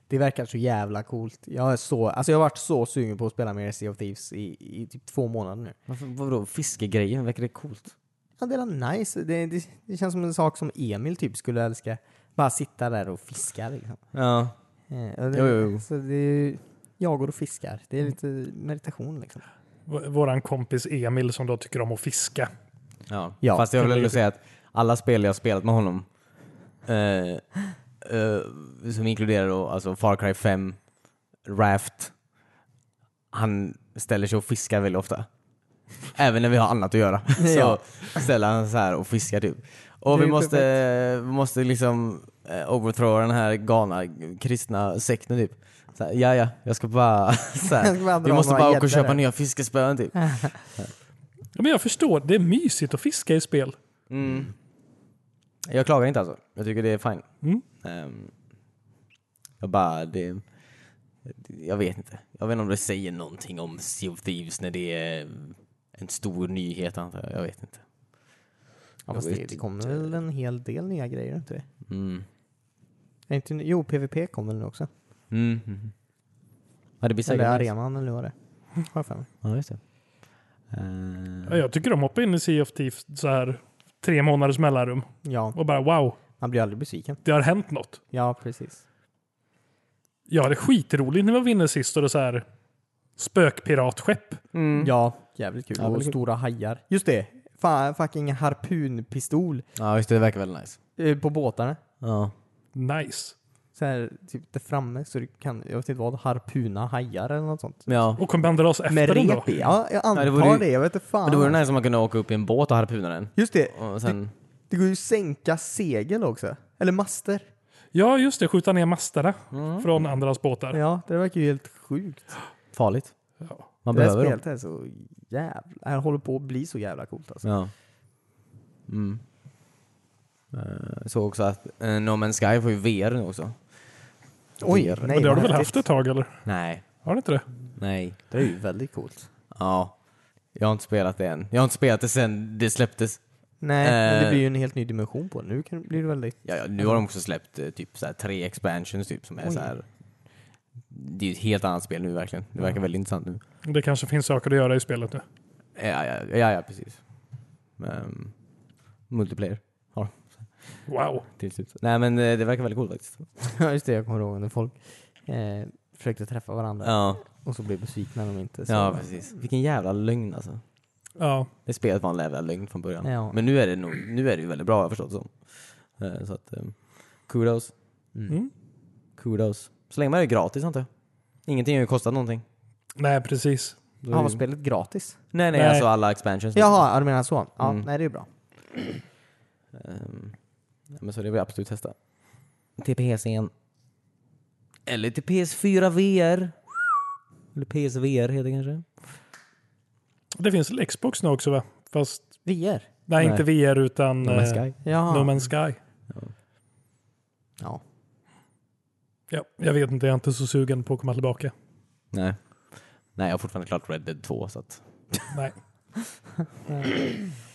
Det verkar så jävla coolt. Jag, är så, alltså jag har varit så sugen på att spela mer Sea of Thieves i, i typ två månader nu. Varför, vadå fiskegrejen? Verkar det coolt? Ja, det är nice. Det, det, det känns som en sak som Emil typ skulle älska. Bara sitta där och fiska liksom. Ja. Eh, och det, Jo, jo, Mm. jo. Så det är, jag går och fiskar. Det är lite meditation liksom. V- Våran kompis Emil som då tycker om att fiska. Ja. Ja. Fast jag vill ändå säga att alla spel jag har spelat med honom, eh, eh, som inkluderar då, alltså Far Cry 5, Raft, han ställer sig och fiskar väldigt ofta. Även när vi har annat att göra så Ja. ställer han sig här och fiskar typ. Och Det är vi ju måste, vi måste liksom eh, overthrowa den här galna kristna sekten typ. Så här, ja, ja, jag ska bara, så Jag ska bara här, vi dra måste några bara åka och gäddor köpa här." nya fiskespön typ. Ja, men jag förstår, det är mysigt att fiska i spel. Mm. Jag klagar inte alltså. Jag tycker det är fine. Mm. Ehm, jag bara, det... Jag vet inte. Jag vet inte om det säger någonting om Sea of Thieves när det är en stor nyhet antar jag. Jag vet inte. Ja, Jag fast vet det, det inte. kommer väl en hel del nya grejer, inte det? Mm. Är inte, jo, PVP kommer väl nu också? Mm. Mm. Ja, det blir Eller säkert nice. arenan eller vad det är. Har jag för mig. Ja, just det. Ehm, Ja, jag tycker om att hoppa in i Sea of Thieves så här tre månaders mellanrum Ja, och bara wow, man blir aldrig besviken. det har hänt något. Ja, precis. Jag hade skitroligt när vi var inne sist och det så här spökpiratskepp. Ja, jävligt kul. Mm. Ja, och väldigt kul. stora hajar. Just det! Fan, fucking harpunpistol ja, just det. Det verkar väldigt nice. eh, på båtarna. Ja. Nice. Så här, typ där framme så du kan, jag vet inte vad, harpuna hajar eller något sånt. Ja. Och kommandera oss Med efter den då. rep i. Ja, jag antar det det, vore ju- jag vet inte fan. Men då var det nice om man kunde åka upp i en båt och harpuna den. Just det, Och sen... det går ju att sänka segel också. Eller master. Ja, just det. Skjuta ner masterna från andras båtar. Mm. Ja, det verkar ju helt sjukt. Farligt. Ja. Man Det här behöver dem. spelet är så jävla... Det här håller på att bli så jävla coolt alltså. Ja. Mm. Eh, såg också att uh, No Man's Sky får ju VR nu också. Oj, VR. nej Men Men det har du vad väl haft häftigt. ett tag eller? Nej. Har du inte det? Nej. Det är ju väldigt coolt. Ja. Jag har inte spelat det än. Jag har inte spelat det sen det släpptes. Nej, men det Eh. blir ju en helt ny dimension på det. Nu kan, blir det väldigt... Ja, ja, nu har de också släppt eh, typ så här, tre expansions typ som är så här. Det är ju ett helt annat spel nu verkligen. Det verkar väldigt intressant nu. Det kanske finns saker att göra i spelet nu. Ja, ja, ja, ja precis. Ehm, multiplayer. Ja, Wow. till slut. Nej men eh, det verkar väldigt coolt faktiskt. Ja, just det. Jag kommer ihåg när folk eh, försökte träffa varandra Ja, och så blev besvikna när de inte... Så. ja precis. Vilken jävla lögn alltså. Ja. Det spelet var en jävla lögn från början. Ja. Men nu är det nog, nu är det ju väldigt bra har jag förstått som. Eh, Så att, eh, kudos. Mm. Kudos. Så länge man är gratis antar jag. Ingenting har ju kostat någonting. Nej, precis. Då är Ja, det var ju- spelet gratis? Nej, nej Nej. alltså alla expansions. Jaha, ja, du menar så? Ja, Mm. nej det är bra. Ehm, ja, men så det vill jag absolut testa. Till PC igen. Eller till PS4 VR. Eller PSVR heter det kanske. Det finns väl Xbox nu också va? Fast, VR? nej, Nej. inte VR utan Ah. No Man's eh, Sky. Jaha. No Man's Sky. Ja. Ja, jag vet inte, jag är inte så sugen på att komma tillbaka. Nej. Nej, jag har fortfarande klart Red Dead 2 så att Nej.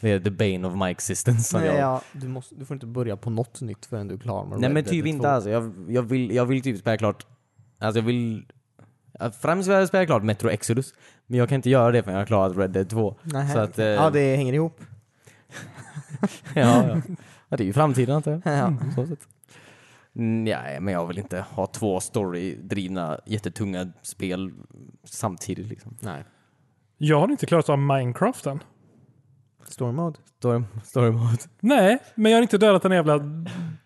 det är the bane of my existence. Som Nej, jag... ja, du, måste, du får inte börja på något nytt förrän du är klar med Nej Red men Dead typ inte 2. alltså. Jag, jag, vill, jag vill typ spela klart, alltså jag vill, ja, främst vill jag spela klart Metro Exodus. Men jag kan inte göra det förrän jag har klarat Red Dead 2. Nej, Så att, eh, Ja, det hänger ihop. ja, ja. ja, det är ju framtiden antar jag. Mm, Ja. Så sätt. Nej, men jag vill inte ha två storydrivna jättetunga spel samtidigt liksom. Nej. Jag har inte klarat av Minecraft än. Storm mode. Story, story mode. Nej, men jag har inte dödat den jävla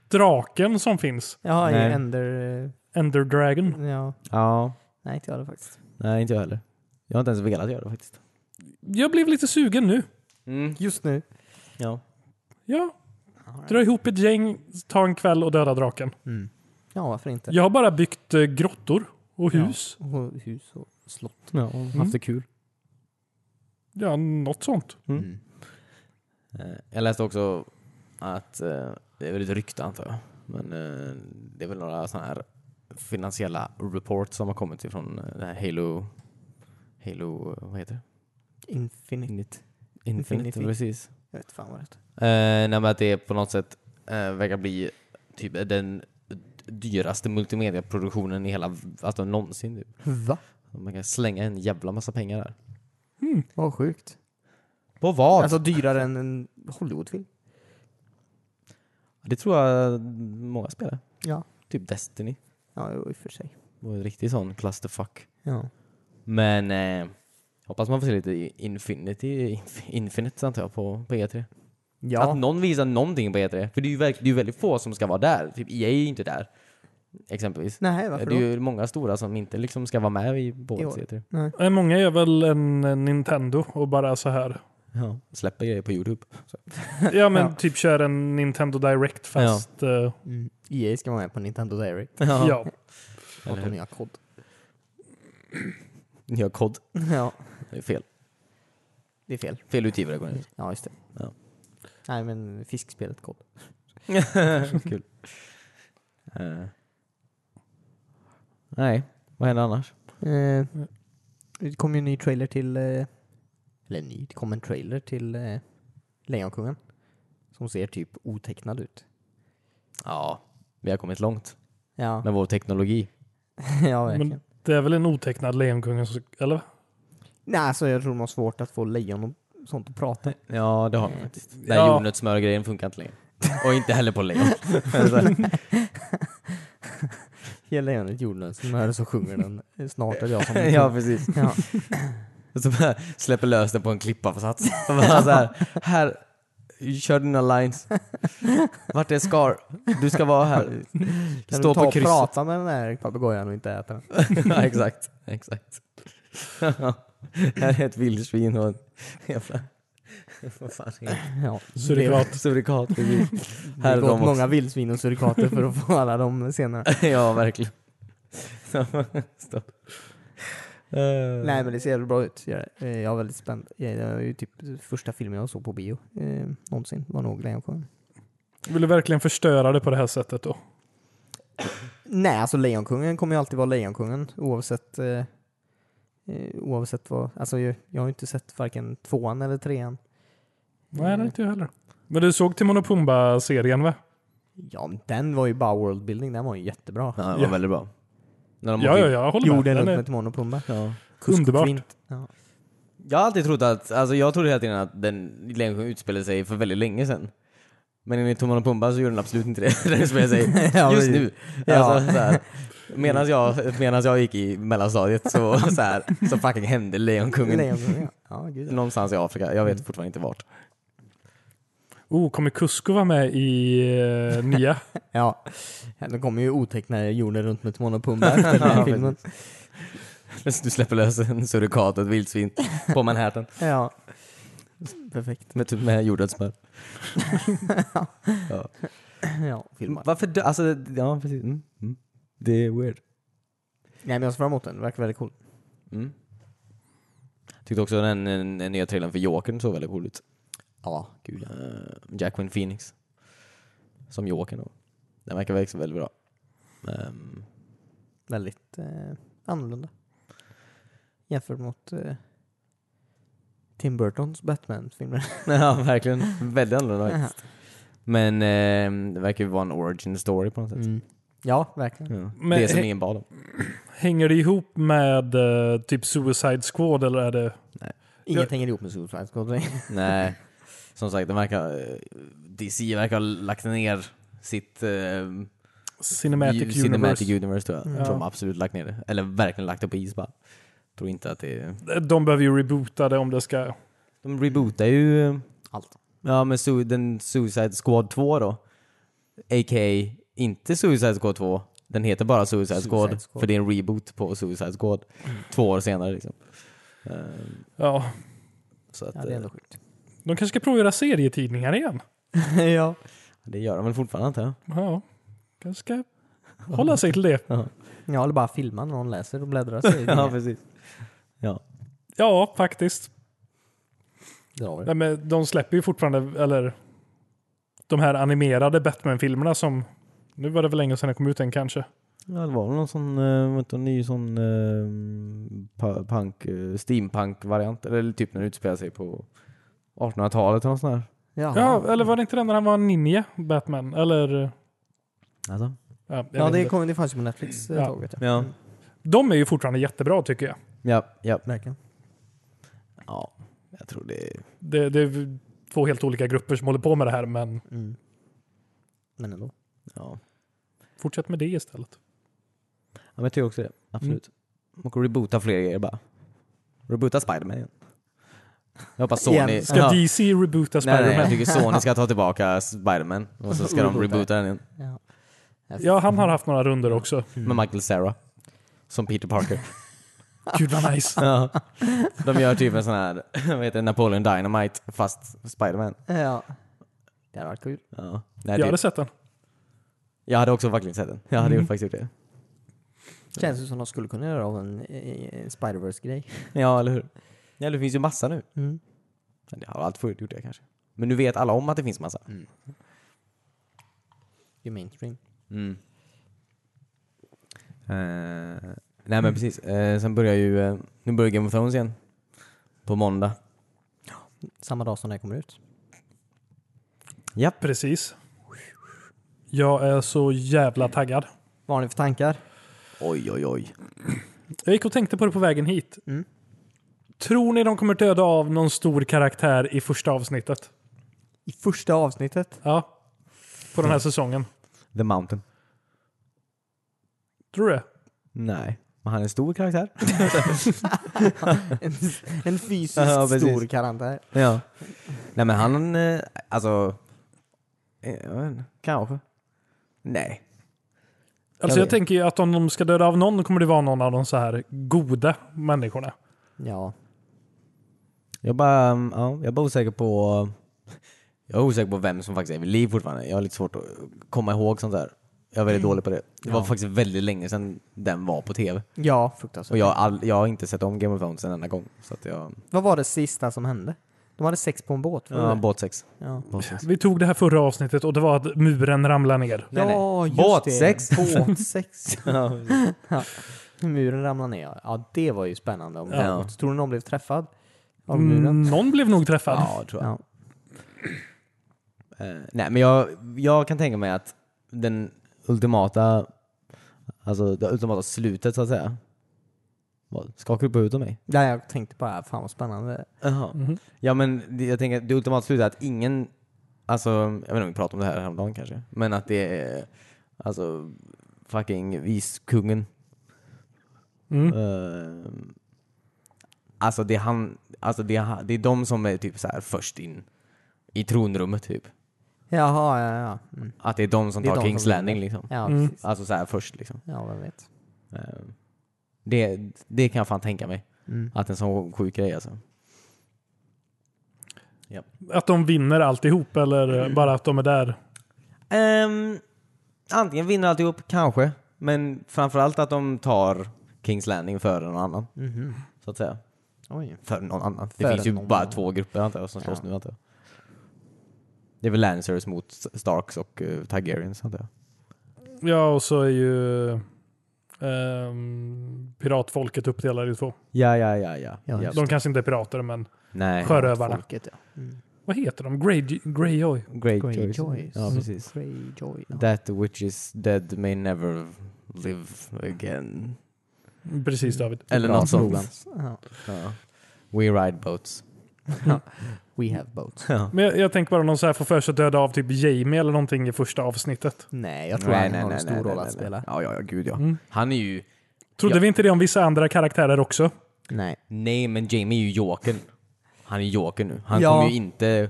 draken som finns. Ja, i Nej. Ender... eh, Ender Dragon. Ja. Ja, Nej, inte jag det faktiskt. nej inte jag heller. Jag har inte ens velat göra det faktiskt. Jag blev lite sugen nu. Just nu. Ja. Ja. Dra ihop ett gäng, ta en kväll och döda draken. Mm. Ja, varför inte? Jag har bara byggt eh, grottor och hus. Och hus och slott. ja haft det kul. Ja, något sånt. Mm. Mm. Eh, Jag läste också att, eh, det är väl ett rykte antar jag, men eh, det är väl några sådana här finansiella reports som har kommit ifrån eh, det här Halo, Halo, vad heter det? Infinite. Infinite. Infinite, Infinity. precis. Jag vet fan vad det heter. Eh, nej men att det på något sätt eh, verkar bli typ den dyraste multimediaproduktionen i hela, alltså någonsin. Typ. Va? Man kan slänga en jävla massa pengar där. Vad sjukt. På vad? Alltså dyrare än en Hollywoodfilm. det tror jag många spelar. Ja. Typ Destiny. Ja, jo, i och för sig. Det var en riktig sån clusterfuck. Ja. Men eh, hoppas man får se lite Infinity, Infinite antar jag på, på E3. Att någon visar någonting på E3. För det är ju verk, det är ju väldigt få som ska vara där. Typ EA är ju inte där. Exempelvis. Nej, det varför är ju många stora som inte liksom ska vara med i E I årets år. E3. då? Nej. Eh, Många gör väl en en Nintendo och bara så här. Ja. Släpper grejer på YouTube. Så. Ja, men Ja. typ kör en Nintendo Direct fast... eh, Mm. EA ska vara med på Nintendo Direct. Ja. Och Eller de hur? nya kod. Nya kod. Ja, Det är fel. det är fel. Fel utgivare går det ut. Ja, just det. Ja. Nej, men fiskspelet kod. Kul. Eh. Nej, vad händer annars? Eh, det kom ju en ny trailer till... Eh, eller ny, det kom en trailer till eh, Lejonkungen. Som ser typ otecknad ut. Ja, vi har kommit långt Ja, med vår teknologi. ja verkligen. Men det är väl en otecknad Lejonkungen som... Eller? Nej, alltså jag tror de har svårt att få lejon och sånt att prata. Eh, Ja, det har vi faktiskt. Den här Ja. jordnötssmörgrejen funkar inte längre. Och inte heller på lejon. Ge lejonet jordnötssmör så sjunger den eh, Snart är jag som en ja, kung. precis. ja. Och så bara släpper lös den på en klippavsats. Och bara så här, här, kör dina lines. Vart är Scar? Du ska vara här. Stå Kan du ta på och krysset. prata med den där papegojan och inte äta den? ja, exakt. Exakt. här är ett vildsvin och en jävla... Vad fan är det? Ja. Surikat. Surikat. precis. Det Här har är de gått också. många vildsvin och surikater för att få alla de senare. ja, verkligen. Stopp. Eh, Nej men det ser jävligt bra ut. gör det. Eh, Jag är väldigt spänd. Eh, Det var ju typ första filmen jag såg på bio eh, någonsin. var nog Lejonkungen. Vill du verkligen förstöra det på det här sättet då? Nej alltså Lejonkungen kommer ju alltid vara Lejonkungen oavsett eh, eh, oavsett vad. Alltså jag, jag har ju inte sett varken tvåan eller trean. Nej, det är inte jag heller. Men du såg Timon och Pumba-serien va? Ja, men den var ju bara worldbuilding. Den var ju jättebra. Ja, det var Ja. väldigt bra. När de Ja, åker- ja, jag håller Jorden med. runt Den med är, Timon och Pumba. ja. Kusk och Underbart. Kvint. Ja. Jag har alltid trott att, alltså jag trodde hela tiden att den Lejonkungen utspelade sig för väldigt länge sedan. Men enligt Tomman och Pumba så gjorde den absolut inte det. Den utspelade sig Ja, just men- nu. ja. Alltså, så här, medan, jag, medan jag gick i mellanstadiet så, så, här, så fucking hände Lejonkungen Lejonkungen, ja. Ja, gud. någonstans i Afrika. Jag vet fortfarande inte vart. oh, kommer Kusko vara med i eh, nya? Ja. Ja, Det kommer ju otecknade jorden runt med Timon och Pumba efter den här filmen. Du släpper lös en surikat och ett vildsvin på Manhattan Ja. Perfekt. med, typ med jordnötssmör. Ja, filmar. Varför dö- Alltså, ja precis. Mm. Mm. Det är weird. Nej men jag ser fram emot den. Det verkar väldigt cool. Mm. Tyckte också den, den, den nya trailern för Jokern såg väldigt cool ut. Ja, gud ja. Eh, Jacqueline Phoenix. Som Jokern då. Den verkar verkligen väldigt bra. Ehm, Väldigt eh, annorlunda. Jämfört mot eh, Tim Burtons Batman-filmer. ja, verkligen. Väldigt annorlunda faktiskt. Men eh, det verkar ju vara en origin story på något sätt. Mm. Ja, verkligen. Ja. Men- det som ingen bad om. Hänger det ihop med eh, typ Suicide Squad eller är det... Inget Jag- hänger ihop med Suicide Squad. Nej. Som sagt, de verkar, eh, DC verkar ha lagt ner sitt eh, Cinematic Ju- Universe. Cinematic Universe tror jag. Ja. Jag tror de har absolut lagt ner det. Eller verkligen lagt det på is bara. Tror inte att det är... De behöver ju reboota det om det ska... De rebootar ju... eh, Allt. Ja, men su- den Suicide Squad 2 då. A.k.a. inte Suicide Squad 2. Den heter bara Suicide, Suicide Squad, Squad. För det är en reboot på Suicide Squad. Två år senare liksom. Ehm, Ja, Så att, Ja, det är eh, ändå sjukt. de kanske ska prova att göra serietidningar igen. ja. det gör de väl fortfarande antar jag. Ja, kanske ska hålla sig till det. ja, eller bara filma när någon läser och bläddrar sig. Ja, precis. Ja, faktiskt. Det har vi. Nej, men de släpper ju fortfarande, eller de här animerade Batman-filmerna som, nu var det väl länge sedan den kom ut än kanske. Ja, det var väl någon sån, uh, vänta, ny sån eh, pa- punk, eh, steampunk-variant. Eller typ när det utspelar sig på 1800-talet eller något sånt där. Ja, Ja, eller var det inte den när han var ninja, Batman? Eller? Alltså. Ja, jag ja vet det, inte. kom, det fanns ju på Netflix eh, ett Ja. tag vet jag. Ja. De är ju fortfarande jättebra tycker jag. Ja, ja. Verkligen. Ja, jag tror det är... Det, det är två helt olika grupper som håller på med det här, men Mm. Men ändå. Ja. fortsätt med det istället. ja, men jag tycker också det. Absolut. Mm. Man kan reboota fler grejer bara. Reboota Spiderman igen. Jag hoppas Igen. Sony... Ska Ja. DC reboota Nej, nej, Spiderman? jag tycker Sony ska ta tillbaka Spiderman och så ska de Reboota. reboota den igen. Ja. Ja, han har haft några runder också. Med Michael Cera. Som Peter Parker. Gud vad nice. ja. De gör typ en sån här, vad heter det, Napoleon Dynamite fast Spiderman. ja. Det hade varit kul. Ja. Nej, Jag jag, hade typ. sett den. jag hade också verkligen sett den. Jag hade ju faktiskt gjort det. Känns ju som de skulle kunna göra av en eh, Spider-Verse-grej. Ja, eller hur? Ja, det finns ju massa nu. Mm. Men Det har allt förut gjort det kanske. Men nu vet alla om att det finns massa. Ju mainstream. Mm. Eh, nej men precis, Eh, sen börjar ju, eh, nu börjar Game of Thrones igen. På måndag. Samma dag som den kommer ut. Japp. Precis. Jag är så jävla taggad. Vad har ni för tankar? Oj oj oj. Jag gick och tänkte på det på vägen hit. Mm. Tror ni de kommer döda av någon stor karaktär i första avsnittet? I första avsnittet. Ja. På Mm. den här säsongen. The Mountain. Tror du det? Alltså, Nej. Men han är en stor karaktär. En, en fysiskt Ja, precis. stor karaktär. ja. Nej men han, eh, alltså... eh, Jag vet inte, kanske. Nej. Alltså jag, vet. tänker ju att om de ska döda av någon kommer det vara någon av de så här goda människorna. Ja. Jag bara, mm, ja, jag är bara osäker på... Jag är osäker på vem som faktiskt är vid liv fortfarande. Jag har lite svårt att komma ihåg sånt där. Jag är väldigt dålig på det. Det var Ja. faktiskt väldigt länge sedan den var på tv. Ja, Och fruktansvärt. jag, har all, jag har inte sett om Game of Thrones en enda gång. Så att jag... Vad var det sista som hände? De hade sex på en båt. var det Ja, det? båtsex. ja. Båtsex. Vi tog det här förra avsnittet och det var att muren ramlade ner. Nej, nej. Ja, just Båtsex. det. Båtsex. ja. Muren ramlade ner. Ja, det var ju spännande. Om Ja. något. Tror du någon blev träffad av muren? Mm, någon blev nog träffad. Ja, det tror jag. Ja. Eh, nej, men jag, jag kan tänka mig att den ultimata, alltså det ultimata slutet så att säga. Vad, skakar du på huvudet av mig? Nej, jag tänkte bara, "Äh, fan vad spännande. Jaha. Ja men det, jag tänker att det ultimata slutet är att ingen, alltså jag vet inte om vi pratade om det här häromdagen kanske, men att det är alltså fucking viskungen. Mm. Eh, alltså det är han, alltså det är, han- det är de som är typ så här först in i tronrummet typ. Jaha, ja, ja. Mm. Att det är de som Det är tar de som Kings vinner. Landing liksom. Ja, Mm. precis. Alltså så här först liksom. Ja, vem vet. Eh, Det, det kan jag fan tänka mig. Mm. Att en sån sjuk grej alltså. Att de vinner alltihop eller Mm. bara att de är där. Ehm, antingen vinner alltihop, kanske. Men framförallt att de tar Kings Landing före någon annan. Mhm. Så att säga. Oj. För någon annan. Det Före finns ju någon bara annan. två grupper antar jag som slåss Ja. nu antar jag. Det är väl Lancers mot eh, Starks och uh, Targaryens antar jag. Ja, och så är ju ehm, piratfolket uppdelar i två. Ja, ja, ja, ja. Ja, ja. just De kanske inte är pirater, men Nej. sjörövarna. Folket, ja. Mm. Vad heter de? Grey, Greyjoy? Great, Greyjoys. choice. Ja, precis. Greyjoy, ja. That which is dead may never live again. Precis David. Eller Bra något sånt. slogans. Ja. Ja. We ride boats. We have boats. Ja. Men jag, jag tänker bara om de så här får för sig att döda av typ Jamie eller någonting i första avsnittet. Nej, jag tror han har en stor roll att spela. Ja, ja, ja, gud ja. Mm. Han är ju... Trodde Ja. Eh, vi inte det om vissa andra karaktärer också? Nej. Nej, men Jamie är ju jokern. Han är jokern nu. Han Ja. kommer ju inte...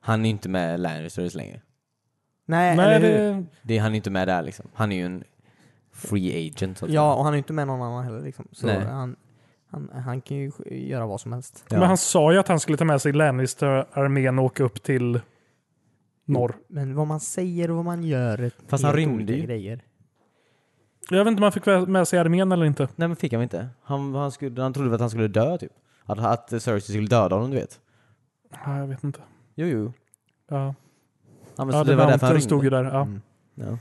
Han är ju inte med Lannisters längre. Nej, Nej, eller hur? det, Det, han är ju inte med där liksom. Han är ju en free agent. Så att Ja, och han är inte med någon annan heller. Liksom. Så Nej. han, han, han kan ju göra vad som helst. säga. Men han sa ju att han skulle ta med sig Lannister-armén och åka upp till norr. Men vad man säger och vad man gör är Fast han helt rymde olika ju. grejer. Jag vet inte om han fick med sig armén eller inte. Nej men fick han inte. Han, han, skulle, han trodde väl att han skulle dö typ. Att, att Cersei skulle döda honom du vet. Ja, jag vet inte. Jo jo. Ja, Ja, men ja så det, var därför han rymde. stod ju där. Ja. Mm. Ja.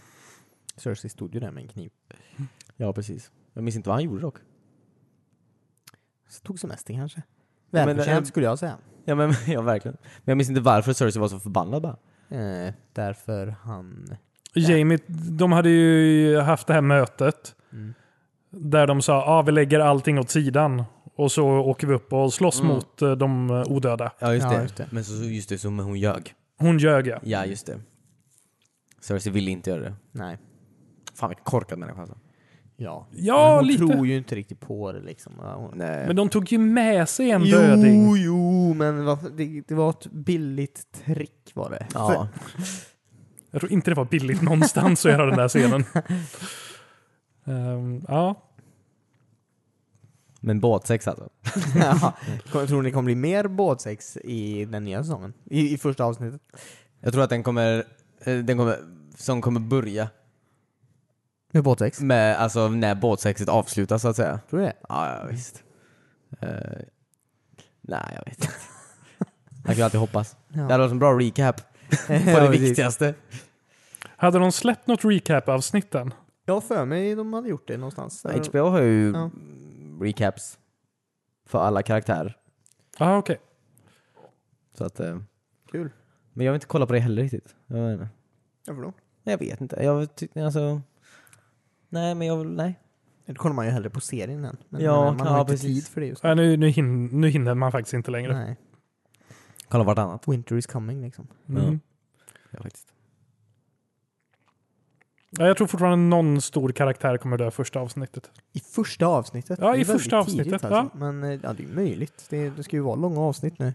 Cersei stod ju där med en kniv. ja precis. Jag minns inte vad han gjorde dock. Så tog semester kanske. men, Välförtjänt eh, skulle jag säga. Ja men ja verkligen. Men jag minns inte varför Cersei var så förbannad bara. Eh, därför han... Jamie, de hade ju haft det här mötet Mm. där de sa ah, vi lägger allting åt sidan och så åker vi upp och slåss Mm. mot eh, de eh, odöda. Ja just, Ja, det. Mm. just det. Men så, så- just det, som hon ljög. Hon ljög ja. Ja just det. Cersei ville inte göra det. Nej. Fan vilken korkad människa alltså. Ja. Ja, Men hon lite. tror ju inte riktigt på det liksom. Ja, Hon, Nej. Men de tog ju med sig en döding. jo, jo, men vad, det, det var ett billigt trick var det. Ja. Jag tror inte det var billigt någonstans att göra den där scenen. Ehm, ja, Men båtsex alltså. ja. Kom- Tror ni det kommer bli mer båtsex i den nya säsongen? I, i första avsnittet? Jag tror att den kommer, eh, den kommer, som kommer börja Med båtsex? med, alltså när båtsexet avslutas så att säga. Tror du det? Ja, ja visst. Eh, nej, jag vet inte. Jag kan ju alltid hoppas. Ja. Det hade varit en bra recap på det viktigaste. Hade de släppt något recap-avsnitt än? Jag har för mig de hade gjort det någonstans. HBO har ju Ja. recaps för alla karaktärer. Ja, okej. Så att, eh, Kul. men jag vill inte kolla på det heller riktigt. Jag vet inte. Varför då? Nej, jag vet inte. Jag tyckte alltså... Nej, men jag vill... Nej. Då kollar man ju hellre på serien än. Men Ja, man, man har ja, inte precis. tid för det just Ja, nu, nu, hin- nu hinner man faktiskt inte längre. Nej. Kolla vartannat. Winter is coming liksom. Mm. Ja, faktiskt. Ja, jag tror fortfarande någon stor karaktär kommer dö första avsnittet. I första avsnittet? Ja, Det är i väldigt första avsnittet, tidigt, ja. Alltså. Men eh, ja, det är ju möjligt. Det, det ska ju vara långa avsnitt nu.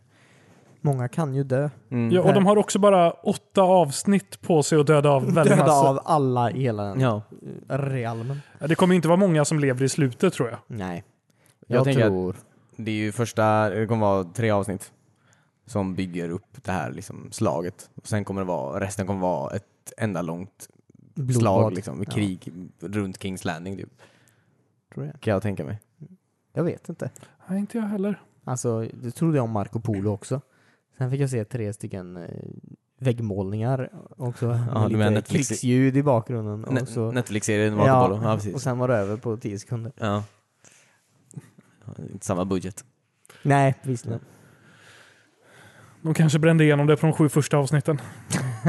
Många kan ju dö. Mm. Ja, och de har också bara åtta avsnitt på sig att döda av väldigt Döda massa. av alla i hela den eh, Ja. realmen. Ja, Det kommer ju inte vara många som lever i slutet tror jag. Nej. Jag Jag, tänker att- tror... Det är ju första... Det kommer vara tre avsnitt som bygger upp det här liksom, slaget. Och sen kommer det vara... Resten kommer vara ett enda långt Blodbad. slag liksom, Ja. krig runt Kings Landing typ, Tror jag. kan jag tänka mig. jag vet inte. Nej, inte jag heller. Alltså, det trodde jag om Marco Polo också. Sen fick jag se tre stycken eh, väggmålningar också. Ja, med du menar lite Netflix- krigsljud i bakgrunden. Ne- Och så, Netflix-serien Marco ja. Polo, ja och precis. sen var det över på tio sekunder. Ja. Ja, det är Inte samma budget. Nej, visserligen. De kanske brände igenom det på de sju första avsnitten.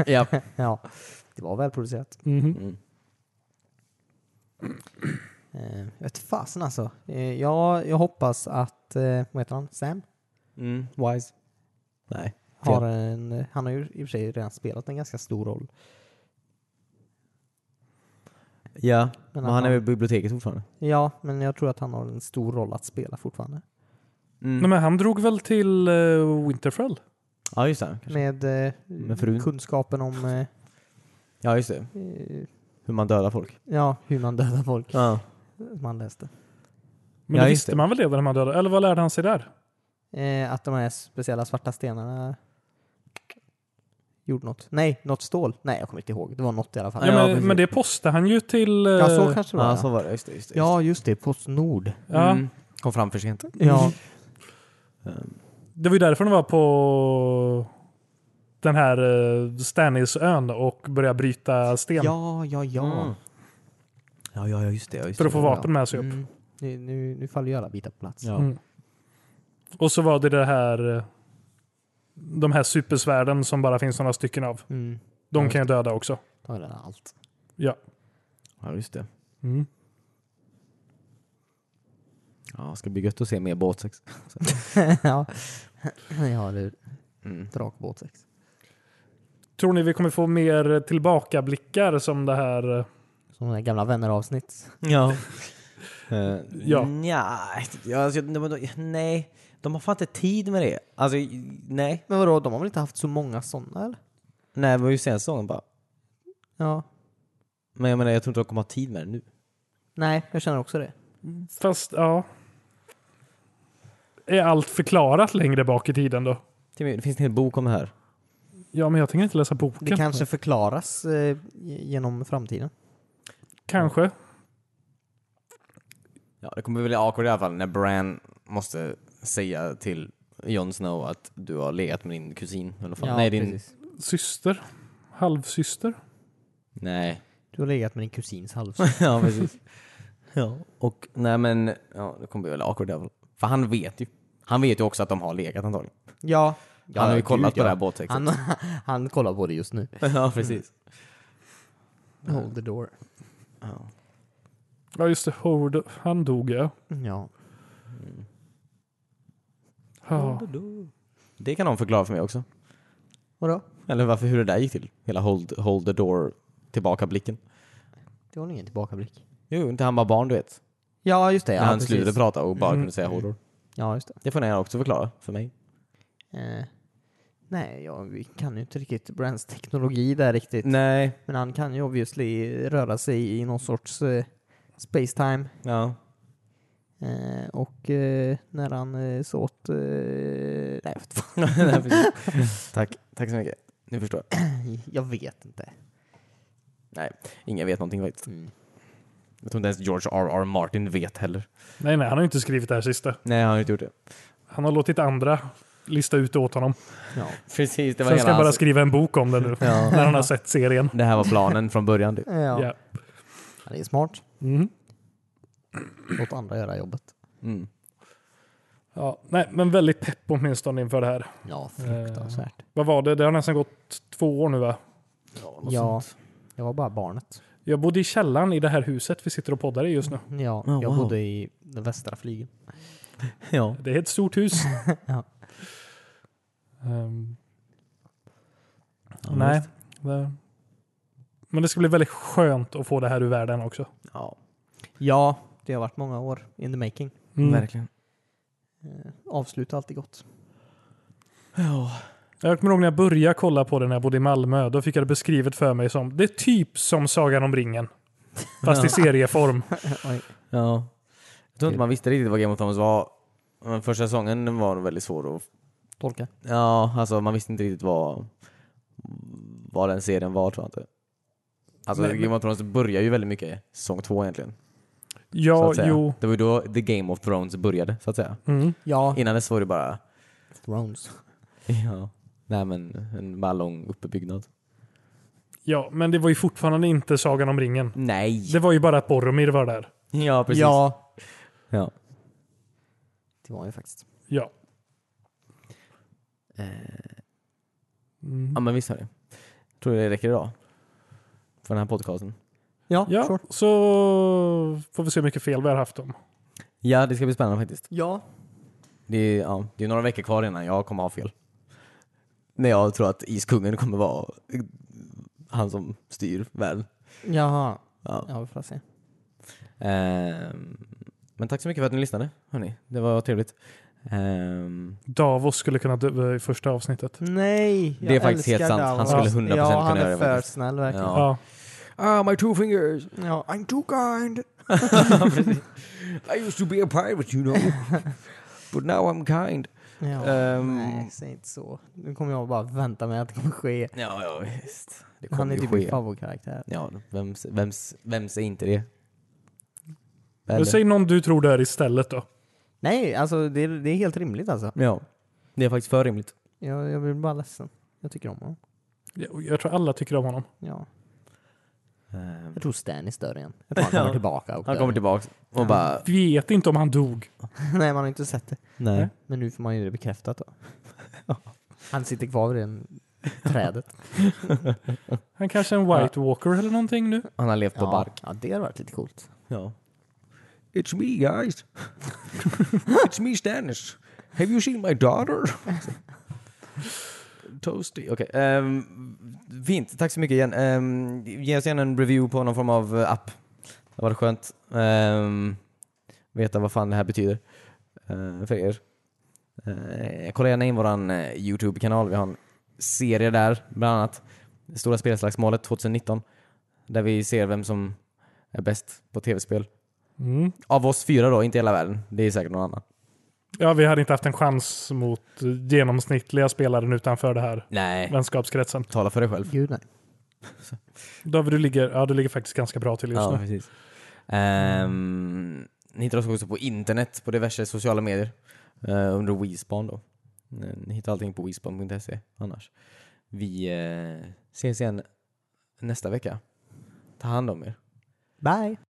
ja. Ja, det var välproducerat. Mhm. Mm. Eh, jag vet fasen alltså. Eh, jag, jag hoppas att, eh, vad heter han, Sam? Mm. Wise. Nej. Har en, han har ju i och för sig redan spelat en ganska stor roll. Ja, men Men att han är han- väl i biblioteket fortfarande? Ja, men jag tror att han har en stor roll att spela fortfarande. Mm. Nej, men han drog väl till eh, Winterfell? Ja just det. Kanske. Med, eh, Med frun. kunskapen om eh, Ja just det. eh, Hur man dödar folk. ja, hur man dödar folk. Ja. Man läste. Men Ja, då just visste det. man väl det när man dödade? Eller vad lärde han sig där? Eh, att de här speciella svarta stenarna gjorde något. Nej, något stål. Nej, jag kommer inte ihåg. Det var något i alla fall. Ja, men, precis. men det postade han ju till... eh, Ja, så kanske det var. ja Ja, så var det. Just det, just det, just ja just det. Postnord. det. ja. Mm. Kom fram för sent. Ja. Um, Det var ju därför de var på den här eh, Stannisön och började bryta sten. ja, ja, ja. Mm. Ja, ja, ja, just det. Ja, just För att det. få vapen med sig upp. Mm. Nu, nu, nu faller ju alla bitar på plats. Ja. Mm. Och så var det det här eh, de här supersvärden som bara finns några stycken av. Mm. De Ja, kan ju döda också. Ta redan allt. Ja. ja, just det. Mm. Ja, ska bli gött att se mer båtsex. ja. ja, det är Mm. drakbåtsex. Tror ni vi kommer få mer eh, tillbakablickar som det här? eh, Som den gamla vänner-avsnitt. Ja. Ja. ja. Eh, Nja, ja, alltså, de, de, nej, de har fan inte tid med det. Alltså, nej. Men vadå, de har väl inte haft så många sådana eller? Nej, det var ju senaste säsongen bara. Ja. Men jag menar, jag tror inte de kommer ha tid med det nu. Nej, jag känner också det. Fast ja. Är allt förklarat längre bak i tiden då? Timmy, Det finns en hel bok om det här. Ja, men jag tänker inte läsa boken. Det kanske förklaras eh, genom framtiden. Kanske. Ja, det kommer bli awkward i alla fall när Bran måste säga till Jon Snow att du har legat med din kusin. Eller vad fan. Ja, nej, din... precis. Syster. Halvsyster. Nej. Du har legat med din kusins hals. ja, precis. ja, och nej men, ja, det kommer bli väldigt awkward i alla fall. För han vet ju. Han vet ju också att de har legat antagligen. ja. han har ju gud, kollat på ja. det här liksom. båttextet. Han, han kollar på det just nu. ja, precis. Hold the door. Ja, just det. Horde. Han dog ja. Ja. ja. Det kan någon förklara för mig också. Vadå? Eller varför, hur det där gick till. Hela hold, hold the door tillbaka-blicken. Det var nog ingen tillbakablick. Jo, inte han var barn du vet. Ja, just det. När ja, han precis. slutade prata och bara kunde säga hold door. Ja, just det. Det får ni också förklara för mig. Eh, nej, ja, vi kan ju inte riktigt Brands teknologi där riktigt. Nej. Men han kan ju obviously röra sig i någon sorts eh, spacetime. Ja. Eh, och eh, när han eh, så åt... Eh, nej, jag vet fan. Nej, precis. Tack. Tack så mycket. Nu förstår jag. jag vet inte. Nej, ingen vet någonting faktiskt. Mm. Jag tror inte ens George R. R. Martin vet heller. Nej, nej. Han har ju inte skrivit det här sista. Nej, han har inte gjort det. Han har låtit andra lista ut det åt honom. Ja. Precis, det var Sen ska hela han bara hans- skriva en bok om det nu. När han har sett serien. Det här var planen från början. typ. Du. Ja. Ja. Han är smart. Mm. Låt andra göra jobbet. Mm. Ja, nej, men väldigt pepp åtminstone inför det här. Ja, fruktansvärt. Vad var det? Det har nästan gått två år nu va? ja, jag var bara barnet. Jag bodde i källaren i det här huset vi sitter och poddar i just nu. Ja, jag wow. bodde i den västra flygeln. Ja. Det är ett stort hus. Ja. Ehm, nej. Det... Men det ska bli väldigt skönt att få det här ur världen också. Mm. ja. Ja, det har varit många år in the making. Mm. Verkligen. Eh, avsluta alltid gott. Ja. Jag kommer ihåg när jag började kolla på det när jag bodde i Malmö. Då fick jag det beskrivet för mig som det är typ som Sagan om ringen. Fast i serieform. Oj. ja. Jag tror inte man visste riktigt vad Game of Thrones var. Men första säsongen var nog väldigt svår att... Tolka. Ja, alltså man visste inte riktigt vad, vad den serien var tror jag inte. Alltså Nej, men- Game of Thrones börjar ju väldigt mycket i säsong två egentligen. så Ja, att säga. jo. Det var ju då The Game of Thrones började, så att säga. Mm. Ja, Innan dess var det bara... Thrones. Ja. Nej men, en bara lång uppbyggnad. Ja, men det var ju fortfarande inte Sagan om ringen. Nej! Det var ju bara att Boromir var där. Ja, precis. Ja, Ja. det var ju faktiskt. Ja. Eh. Mm. ja, men visst har det. Tror du det räcker idag? För den här podcasten. Ja, Ja, sure. så får vi se hur mycket fel vi har haft om. Ja, det ska bli spännande faktiskt. Ja, Det är, ja, det är några veckor kvar innan jag kommer ha fel. När jag tror att Iskungen kommer vara han som styr världen. jaha. Ja. Ja, vi får se. Ehm, men tack så mycket för att ni lyssnade, hörni. Det var trevligt. Ehm, Davos skulle kunna dö eh, i första avsnittet. Nej, jag Det är faktiskt älskar helt sant. Han Davos. skulle 100% ja, kunna han göra är det för faktiskt. snäll verkligen. Ja. Ja. Ja. Ah, my two fingers! I'm too kind. I used to be a pirate, you know. But now I'm kind. Ja, Ehm. Nej, säg inte så. Nu kommer jag bara vänta mig att det kommer ske. Ja, ja visst. Det Han kommer är ju typ min ske. favoritkaraktär. Ja, vems, vems, vem säger inte det? Men säg någon du tror dör istället då. Nej, alltså det är, det är helt rimligt alltså. Ja, det är faktiskt för rimligt. Jag, jag blir bara ledsen. Jag tycker om honom. Jag jag tror alla tycker om honom. Ja. Ehm, Jag tror Stan är större igen. Jag tror han kommer Ja. tillbaka. Och han kommer tillbaka och bara... Vi vet inte om han dog. Nej, man har inte sett det. Nej. Men nu får man ju det bekräftat då. Han sitter kvar i den trädet. Han kanske är en white walker eller någonting nu. Han har levt på ja, bark. ja, det har varit lite coolt. Ja. It's me, guys. it's me, Stannis. Have you seen my daughter? Toasty, okej. Ehm, fint, tack så mycket igen. Ehm, ge oss gärna en review på någon form av eh, app. Det var skönt. Um, veta vad fan det här betyder eh, för er. Eh, kolla gärna in våran eh, YouTube-kanal. Vi har en serie där, bland annat Stora spelslagsmålet 2019. Där vi ser vem som är bäst på tv-spel. Mm. Av oss fyra då, inte hela världen. Det är säkert någon annan. Ja, vi hade inte haft en chans mot eh, genomsnittliga spelaren utanför det här Nej. vänskapskretsen. Tala för dig själv. Gud nej. David, du ligger, ja, du ligger faktiskt ganska bra till just ja, nu. precis. Ehm, ni hittar oss också på internet på diverse sociala medier eh, under WeSpan då. Eh, Ni hittar allting på WeSpan.se annars. Vi eh, ses igen nästa vecka. Ta hand om er. Bye!